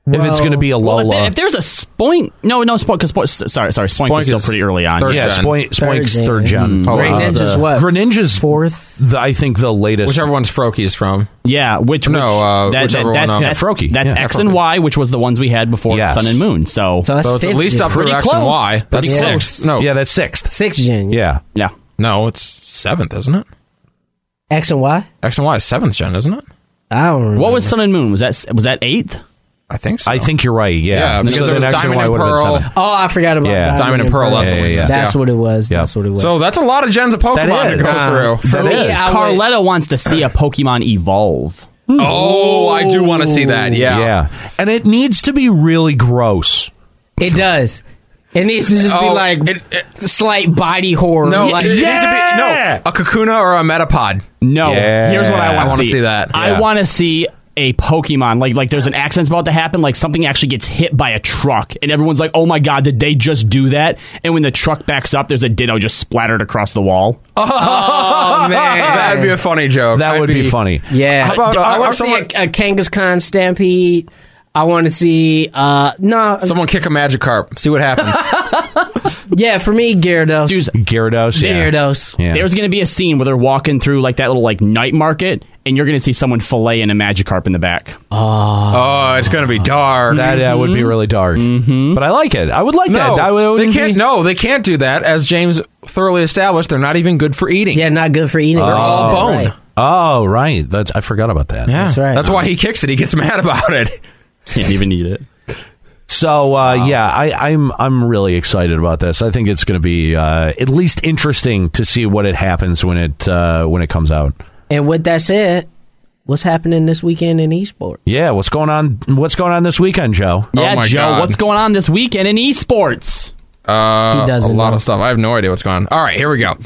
Speaker 1: if it's
Speaker 7: Well-
Speaker 1: going to be a
Speaker 8: Well,
Speaker 1: Lola,
Speaker 8: if, there- if there's a Spoink, no, no Spoink, because sorry, sorry, Spoink,
Speaker 5: Spoink
Speaker 8: is still
Speaker 5: is
Speaker 8: pretty early on.
Speaker 5: third
Speaker 1: yeah,
Speaker 8: Yeah.
Speaker 5: gen.
Speaker 1: Spoink, Spoink's
Speaker 7: gen.
Speaker 1: third gen.
Speaker 5: Oh,
Speaker 7: Great
Speaker 5: wow.
Speaker 7: Ninja's
Speaker 5: The-
Speaker 7: what?
Speaker 1: Greninja's
Speaker 7: fourth.
Speaker 1: The, I think the latest.
Speaker 5: Whichever one's Froakie's from.
Speaker 8: yeah, which
Speaker 5: No,
Speaker 8: which-
Speaker 5: uh,
Speaker 8: that,
Speaker 5: whichever
Speaker 8: that,
Speaker 5: one,
Speaker 8: that's
Speaker 5: uh,
Speaker 8: that's,
Speaker 1: Froakie.
Speaker 8: that's
Speaker 1: Yeah,
Speaker 8: X and
Speaker 5: Froakie.
Speaker 8: Y, which was the ones we had before
Speaker 1: Yes.
Speaker 8: Sun and Moon. So,
Speaker 7: So, that's
Speaker 5: So it's at
Speaker 7: fifth
Speaker 5: least
Speaker 7: gen.
Speaker 5: up through
Speaker 8: Pretty
Speaker 5: X and
Speaker 8: close.
Speaker 5: Y. That's
Speaker 8: Pretty close.
Speaker 5: sixth. No,
Speaker 1: Yeah, that's sixth.
Speaker 7: sixth gen.
Speaker 1: Yeah,
Speaker 8: yeah,
Speaker 5: no, it's seventh, isn't it?
Speaker 7: X and Y.
Speaker 5: X and Y is seventh gen, isn't it?
Speaker 7: I don't remember.
Speaker 8: what was Sun and Moon? Was that was that eighth?
Speaker 5: I think so.
Speaker 4: I think you're right. Yeah,
Speaker 5: Yeah, because
Speaker 4: So
Speaker 5: there
Speaker 4: then
Speaker 5: was
Speaker 4: actually
Speaker 5: Diamond and
Speaker 4: why would've been
Speaker 5: Pearl.
Speaker 4: seven.
Speaker 7: Oh, I forgot about
Speaker 4: Yeah.
Speaker 7: Diamond,
Speaker 5: Diamond and Pearl, that's what it was.
Speaker 7: That's
Speaker 5: Yeah.
Speaker 7: what it was.
Speaker 4: Yeah.
Speaker 7: That's what it was.
Speaker 5: so. That's a lot of gens of Pokemon
Speaker 4: That
Speaker 5: to
Speaker 4: is.
Speaker 5: go through.
Speaker 4: That is.
Speaker 7: I would-
Speaker 8: Carletta wants to see a Pokemon evolve.
Speaker 5: Oh, I do want to see that. Yeah.
Speaker 4: yeah, and it needs to be really gross.
Speaker 7: it does. It needs to just be
Speaker 5: Oh,
Speaker 7: like
Speaker 5: it- it-
Speaker 7: slight body horror.
Speaker 5: No,
Speaker 7: like,
Speaker 5: it needs to be-
Speaker 4: yeah!
Speaker 5: no, a Kakuna or a Metapod.
Speaker 8: No,
Speaker 4: Yeah.
Speaker 8: here's what I
Speaker 4: I
Speaker 8: want
Speaker 5: wanna
Speaker 8: to
Speaker 5: see that.
Speaker 4: Yeah.
Speaker 8: I want to see a Pokemon like like there's an accident's about to happen. Like something actually gets hit by a truck, and everyone's like, "Oh my god, did they just do that?" And when the truck backs up, there's a Ditto just splattered across the wall.
Speaker 5: Oh man, that'd be a funny joke.
Speaker 4: That
Speaker 5: I'd
Speaker 4: would be, funny.
Speaker 7: yeah.
Speaker 5: How about, uh,
Speaker 7: I,
Speaker 5: how
Speaker 7: want
Speaker 5: about
Speaker 7: to see
Speaker 5: someone-
Speaker 7: a, a Kangaskhan stampede. I want to see uh no
Speaker 5: Someone kick a Magikarp. See what happens.
Speaker 7: yeah for me Gyarados.
Speaker 8: Dude,
Speaker 4: Gyarados. Yeah.
Speaker 7: Gyarados.
Speaker 4: Yeah.
Speaker 8: Uh, There's gonna be a scene where they're walking through like that little like night market, and you're gonna see someone filleting a Magikarp in the back.
Speaker 5: oh, it's gonna be dark.
Speaker 4: that uh, would be really dark. But I like it. I would like that.
Speaker 5: Mm-hmm. no,
Speaker 4: That would- that
Speaker 5: they
Speaker 4: would
Speaker 5: can't.
Speaker 4: be-
Speaker 5: No, they can't do that. As James thoroughly established, they're not even good for eating.
Speaker 7: Yeah, not good for eating.
Speaker 5: they're all bone.
Speaker 7: Right.
Speaker 4: Oh, right. That's I forgot about that.
Speaker 5: Yeah,
Speaker 7: That's right.
Speaker 5: That's why he kicks it. He gets mad about it.
Speaker 8: Can't even eat it.
Speaker 4: So uh, yeah, I, I'm I'm really excited about this. I think it's going to be uh, at least interesting to see what it happens when it uh, when it comes out.
Speaker 7: And with that said, what's happening this weekend in esports?
Speaker 4: Yeah, what's going on? What's going on this weekend, Joe?
Speaker 5: Oh
Speaker 8: Yeah,
Speaker 5: my
Speaker 8: Joe,
Speaker 5: God.
Speaker 8: what's going on this weekend in esports?
Speaker 5: Uh,
Speaker 7: He doesn't
Speaker 5: a lot
Speaker 7: know.
Speaker 5: of stuff. I have no idea what's going on. All right, here we go.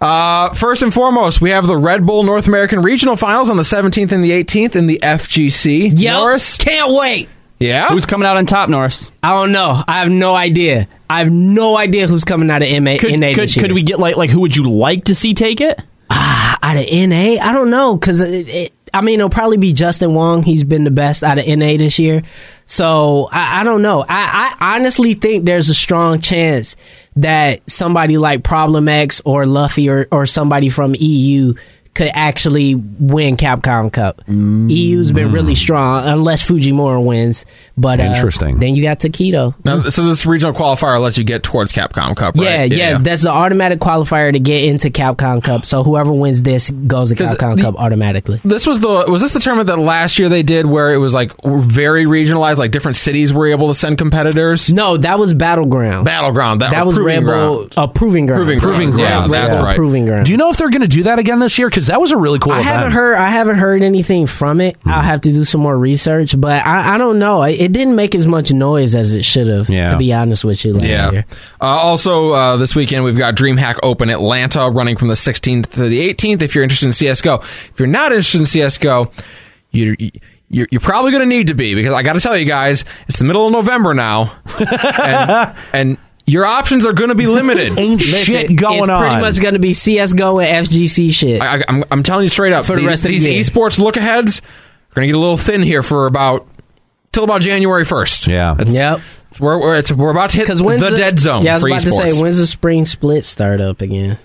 Speaker 5: Uh, first and foremost, we have the Red Bull North American Regional Finals on the 17th and the 18th in the FGC. Norris?
Speaker 7: Can't wait.
Speaker 5: Yeah.
Speaker 8: Who's coming out on top, Norris?
Speaker 7: I don't know. I have no idea. I have no idea who's coming out of MA,
Speaker 8: Could,
Speaker 7: NA.
Speaker 8: could,
Speaker 7: this year.
Speaker 8: could we get like like who would you like to see take it?
Speaker 7: out of NA? I don't know because it, it, I mean it'll probably be Justin Wong. He's been the best out of NA this year, so I, I don't know. I, I honestly think there's a strong chance that somebody like Problem X or Luffy or or somebody from EU could actually win Capcom Cup. EU's been really strong unless Fujimura wins, but uh,
Speaker 4: Interesting.
Speaker 7: then you got Takedo.
Speaker 5: Now, so this regional qualifier lets you get towards Capcom Cup, right?
Speaker 7: Yeah, yeah, that's the automatic qualifier to get into Capcom Cup. So whoever wins this goes to
Speaker 5: 'Cause
Speaker 7: Capcom
Speaker 5: the-
Speaker 7: Cup automatically.
Speaker 5: this was the was this the tournament that last year they did where it was like very regionalized, like different cities were able to send competitors.
Speaker 7: No, that was Battleground.
Speaker 5: Battleground. That,
Speaker 7: that was
Speaker 5: oh, proving
Speaker 7: Red Bull
Speaker 5: ground.
Speaker 7: uh, Proving Ground.
Speaker 5: Proving
Speaker 4: Proving
Speaker 5: grounds.
Speaker 4: grounds,
Speaker 5: Yeah, that's
Speaker 4: yeah.
Speaker 5: right.
Speaker 7: Proving Ground.
Speaker 4: Do you know if they're going to do that again this year? Because that was a really cool.
Speaker 7: I
Speaker 4: event.
Speaker 7: haven't heard. I haven't heard anything from it.
Speaker 5: Hmm.
Speaker 7: I'll have to do some more research, but I, I don't know. It, it didn't make as much noise as it should have.
Speaker 4: Yeah.
Speaker 7: To be honest with you, last
Speaker 5: Yeah.
Speaker 7: year.
Speaker 5: Uh, also, uh, this weekend we've got DreamHack Open Atlanta running from the 16th to the 18th. If you're interested in CS:GO, if you're not interested in CS:GO, you. you you're probably going to need to be because I got to tell you guys, it's the middle of November now, and, and your options are going to be limited.
Speaker 4: ain't
Speaker 7: Listen,
Speaker 4: shit going
Speaker 7: it's
Speaker 4: on.
Speaker 7: Pretty much going to be CS:GO and FGC shit.
Speaker 5: I, I, I'm, I'm telling you straight up,
Speaker 7: For the
Speaker 5: these,
Speaker 7: rest of the
Speaker 5: these
Speaker 7: year.
Speaker 5: esports look aheads are going to get a little thin here for about till about January 1st.
Speaker 4: Yeah.
Speaker 5: That's-
Speaker 7: yep.
Speaker 5: it's- we're, we're, it's, we're about to hit
Speaker 7: Because
Speaker 5: the,
Speaker 7: when's
Speaker 5: dead zone
Speaker 7: Yeah, I was
Speaker 5: for
Speaker 7: about
Speaker 5: esports.
Speaker 7: to say when's the spring split start up again?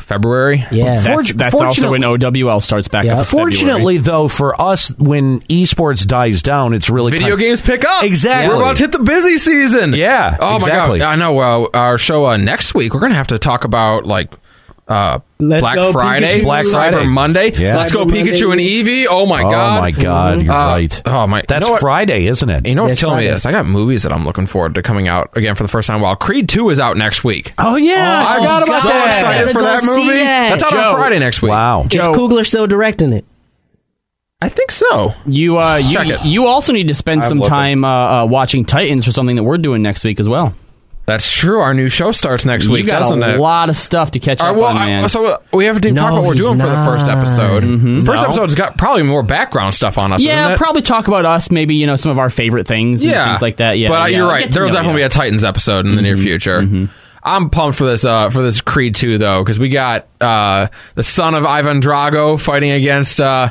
Speaker 5: February.
Speaker 7: Yeah.
Speaker 8: That's, that's also when OWL starts back
Speaker 7: Yeah.
Speaker 8: up. February.
Speaker 4: Fortunately, though, for us, when esports dies down, it's really
Speaker 5: Video
Speaker 4: kind-
Speaker 5: games pick up.
Speaker 4: Exactly.
Speaker 5: We're about to hit the busy season.
Speaker 4: Yeah,
Speaker 5: Oh
Speaker 4: exactly.
Speaker 5: my god. I know. Uh, our show uh, next week, we're gonna have to talk about like. Uh,
Speaker 7: Let's
Speaker 5: Black
Speaker 7: go,
Speaker 5: Friday,
Speaker 7: Pikachu.
Speaker 4: Black
Speaker 5: Cyber
Speaker 4: Friday.
Speaker 5: Monday.
Speaker 4: Yeah.
Speaker 5: Let's go
Speaker 7: Cyber Monday.
Speaker 5: Pikachu and Eevee. Oh my
Speaker 4: Oh
Speaker 5: god.
Speaker 4: my god, you're
Speaker 5: Uh,
Speaker 4: right.
Speaker 5: oh my-
Speaker 4: That's
Speaker 5: you know what?
Speaker 4: Friday, isn't it?
Speaker 5: You know what's
Speaker 7: Yes,
Speaker 5: killing me
Speaker 7: Friday.
Speaker 5: is I got movies that I'm looking forward to coming out again for the first time. While Creed Two is out next week.
Speaker 4: oh yeah,
Speaker 5: I
Speaker 4: I
Speaker 7: Oh,
Speaker 5: forgot about
Speaker 7: so
Speaker 5: that.
Speaker 7: excited.
Speaker 5: Excited for
Speaker 7: Gotta
Speaker 5: that
Speaker 7: go see
Speaker 5: movie.
Speaker 7: that.
Speaker 5: That's out
Speaker 8: Joe.
Speaker 5: on Friday next week.
Speaker 4: Wow.
Speaker 7: Is
Speaker 8: Joe-
Speaker 7: Kugler still directing it?
Speaker 5: I think so.
Speaker 8: You uh, you,
Speaker 5: Check it.
Speaker 8: you also need to spend some
Speaker 4: looking.
Speaker 8: time uh, uh, watching Titans for something that we're doing next week as well.
Speaker 5: That's true. Our new show starts next
Speaker 8: You
Speaker 5: week,
Speaker 8: got
Speaker 5: doesn't
Speaker 8: a
Speaker 5: it?
Speaker 8: lot of stuff to catch
Speaker 5: All
Speaker 8: up
Speaker 5: right, well,
Speaker 8: on,
Speaker 5: I-
Speaker 8: man.
Speaker 5: so uh, we haven't even
Speaker 7: No,
Speaker 5: talked about what we're
Speaker 7: he's
Speaker 5: doing for the first
Speaker 7: not. Mm-hmm.
Speaker 5: episode. First episode's got probably more background stuff on us. isn't
Speaker 8: yeah,
Speaker 5: it?
Speaker 8: probably talk about us, maybe you know some of our favorite things, and
Speaker 5: Yeah,
Speaker 8: things like that. Yeah,
Speaker 5: but uh,
Speaker 8: yeah,
Speaker 5: you're
Speaker 8: I'll
Speaker 5: right.
Speaker 8: get to
Speaker 5: There will
Speaker 8: know
Speaker 5: definitely be
Speaker 8: you.
Speaker 5: a Titans episode in the
Speaker 7: Mm-hmm.
Speaker 5: near future. I'm pumped for this uh, for this Creed 2 though because we got uh, the son of Ivan Drago fighting agast uh,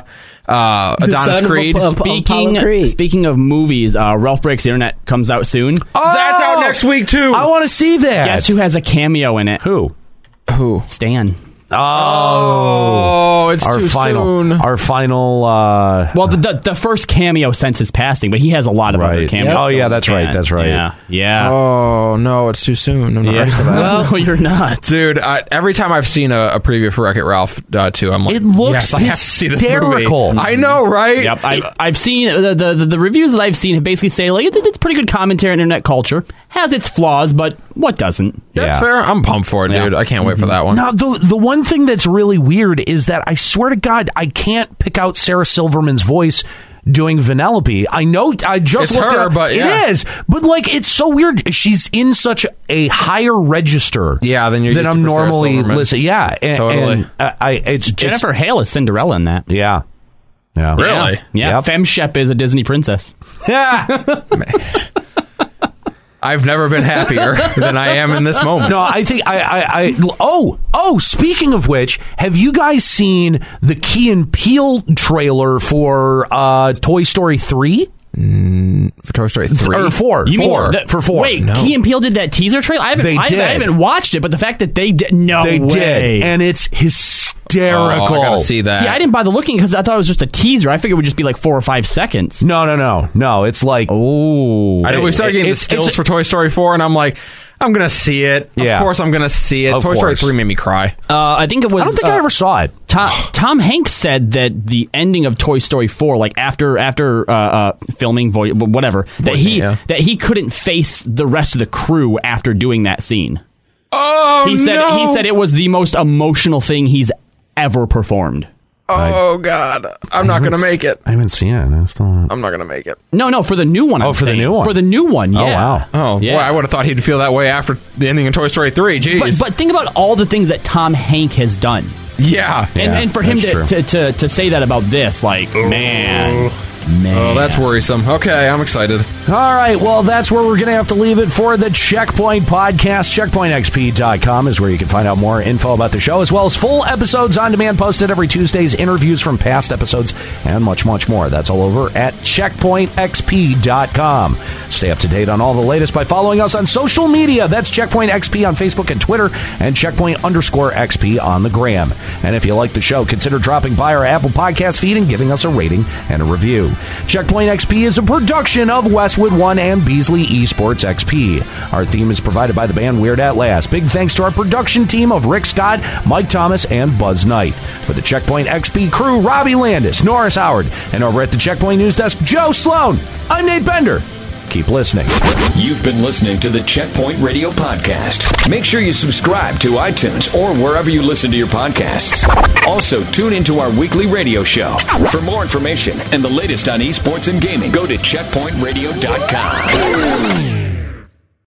Speaker 5: uh, Adonis
Speaker 7: son of a-
Speaker 5: Creed.
Speaker 7: of- Apollo
Speaker 8: speaking
Speaker 7: Creed.
Speaker 8: speaking of movies. Uh, Ralph breaks the internet comes out soon.
Speaker 5: That's
Speaker 1: Oh!
Speaker 7: Oh!
Speaker 5: out next week too.
Speaker 4: I want to see that.
Speaker 8: Guess who has a cameo in it?
Speaker 4: Who?
Speaker 8: Stan.
Speaker 1: Oh,
Speaker 5: Oh, it's
Speaker 1: our
Speaker 5: too
Speaker 1: final,
Speaker 5: soon.
Speaker 1: our final. Uh,
Speaker 8: Well, the, the the first cameo since his passing, but he has a lot of other
Speaker 1: Right.
Speaker 8: cameos.
Speaker 1: Oh,
Speaker 8: still
Speaker 1: yeah,
Speaker 8: in
Speaker 1: that's
Speaker 8: the
Speaker 1: right,
Speaker 8: can.
Speaker 1: that's right.
Speaker 8: Yeah, yeah.
Speaker 5: Oh no, it's too soon. I'm not ready for that.
Speaker 8: well, no, you're not.
Speaker 5: Dude, I, every time I've seen a, a preview for Wreck It Ralph uh, 2, I'm like,
Speaker 1: It looks
Speaker 5: yes, I have to see this movie.
Speaker 1: hysterical.
Speaker 5: I know, right?
Speaker 8: Yep, I've, I've seen the, the the- the reviews that I've seen have basically say like it- it's pretty good commentary on internet culture. Has its flaws, but what doesn't?
Speaker 5: That's
Speaker 1: Yeah.
Speaker 5: fair. I'm pumped for it, dude. I can't wait for that one.
Speaker 1: Now, the the one thing that's really weird is that I swear to God, I can't pick out Sarah Silverman's voice doing Vanellope. I know I just
Speaker 5: It's
Speaker 1: looked
Speaker 5: her,
Speaker 1: it up.
Speaker 5: but yeah.
Speaker 1: it is. But like, it's so weird. She's in such a higher register.
Speaker 5: Yeah, than you're
Speaker 1: than
Speaker 5: used to
Speaker 1: I'm
Speaker 5: for Sarah
Speaker 1: normally
Speaker 5: Silverman.
Speaker 1: listening. Yeah, and,
Speaker 5: Totally.
Speaker 1: and, uh, I, it's
Speaker 8: Jennifer Hale is Cinderella in that.
Speaker 1: It's, yeah. Yeah.
Speaker 5: Really?
Speaker 8: Yeah,
Speaker 1: Yep.
Speaker 8: Fem Shep is a Disney princess.
Speaker 1: Yeah.
Speaker 5: I've never been happier than I am in this moment.
Speaker 1: No, I think I, I, I. Oh, oh. Speaking of which, have you guys seen the Key and Peele trailer for uh, Toy Story three
Speaker 5: For Toy Story 3.
Speaker 1: or four?
Speaker 8: You mean
Speaker 1: four
Speaker 8: the-
Speaker 1: for four?
Speaker 8: Wait, Key and Peele did that teaser trailer. I haven't,
Speaker 1: They
Speaker 8: I, haven't- I
Speaker 1: did.
Speaker 8: haven't watched it, but the fact that they did, no
Speaker 1: they
Speaker 8: way.
Speaker 1: did, and it's
Speaker 5: Oh,
Speaker 1: hysterical.
Speaker 5: I gotta see that.
Speaker 8: See, I didn't buy the looking because I thought it was just a teaser. I figured it would just be like four or five seconds.
Speaker 1: No, no, no, no. It's like
Speaker 8: Oh,
Speaker 5: I know we started getting
Speaker 1: It's-
Speaker 5: the stills
Speaker 1: it's-
Speaker 5: for Toy Story 4, and I'm like, I'm gonna see it.
Speaker 1: Yeah.
Speaker 5: Of course, I'm gonna see it.
Speaker 1: Of
Speaker 5: Toy
Speaker 1: course.
Speaker 5: Story 3 made me cry.
Speaker 8: uh, I think it was.
Speaker 1: I don't think
Speaker 8: uh,
Speaker 1: I ever saw it.
Speaker 8: Tom, Tom Hanks said that the ending of Toy Story 4, like after after uh, uh, filming, vo- whatever, that
Speaker 5: Voicing,
Speaker 8: he
Speaker 5: yeah.
Speaker 8: that he couldn't face the rest of the crew after doing that scene.
Speaker 5: Oh,
Speaker 8: He said
Speaker 5: no!
Speaker 8: he said it was the most emotional thing he's ever performed.
Speaker 5: Oh God, I'm not gonna make it.
Speaker 1: I haven't seen it. I still-
Speaker 5: I'm not gonna make it.
Speaker 8: No, no, for the new one.
Speaker 1: Oh,
Speaker 8: I'm
Speaker 1: for the
Speaker 8: saying.
Speaker 1: new one.
Speaker 8: For the new one. Yeah.
Speaker 1: Oh, wow.
Speaker 5: Oh,
Speaker 8: Yeah.
Speaker 5: boy, I would have thought he'd feel that way after the ending of Toy Story 3. Jeez.
Speaker 8: But but think about all the things that Tom Hank has done,
Speaker 5: yeah.
Speaker 8: and and for him
Speaker 1: that's true.
Speaker 8: to, to, to to say that about this, like man, man,
Speaker 5: Oh, that's worrisome. Okay, I'm excited.
Speaker 1: All right, well, that's where we're going to have to leave it for the Checkpoint Podcast. CheckpointXP.com is where you can find out more info about the show, as well as full episodes on demand posted every Tuesdays, interviews from past episodes, and much, much more. That's all over at CheckpointXP.com. Stay up to date on all the latest by following us on social media. That's Checkpoint XP on Facebook and Twitter, and Checkpoint underscore XP on the gram. And if you like the show, consider dropping by our Apple Podcast feed and giving us a rating and a review. Checkpoint XP is a production of Westwood One and Beasley Esports XP. Our theme is provided by the band Weird At Last. Big thanks to our production team of Rick Scott, Mike Thomas, and Buzz Knight. For the Checkpoint XP crew, Robbie Landis, Norris Howard, and over at the Checkpoint News Desk, Joe Sloan. I'm Nate Bender. Keep listening.
Speaker 3: You've been listening to the Checkpoint Radio Podcast. Make sure you subscribe to iTunes or wherever you listen to your podcasts. Also, tune into our weekly radio show. For more information and the latest on esports and gaming, go to checkpointradio.com.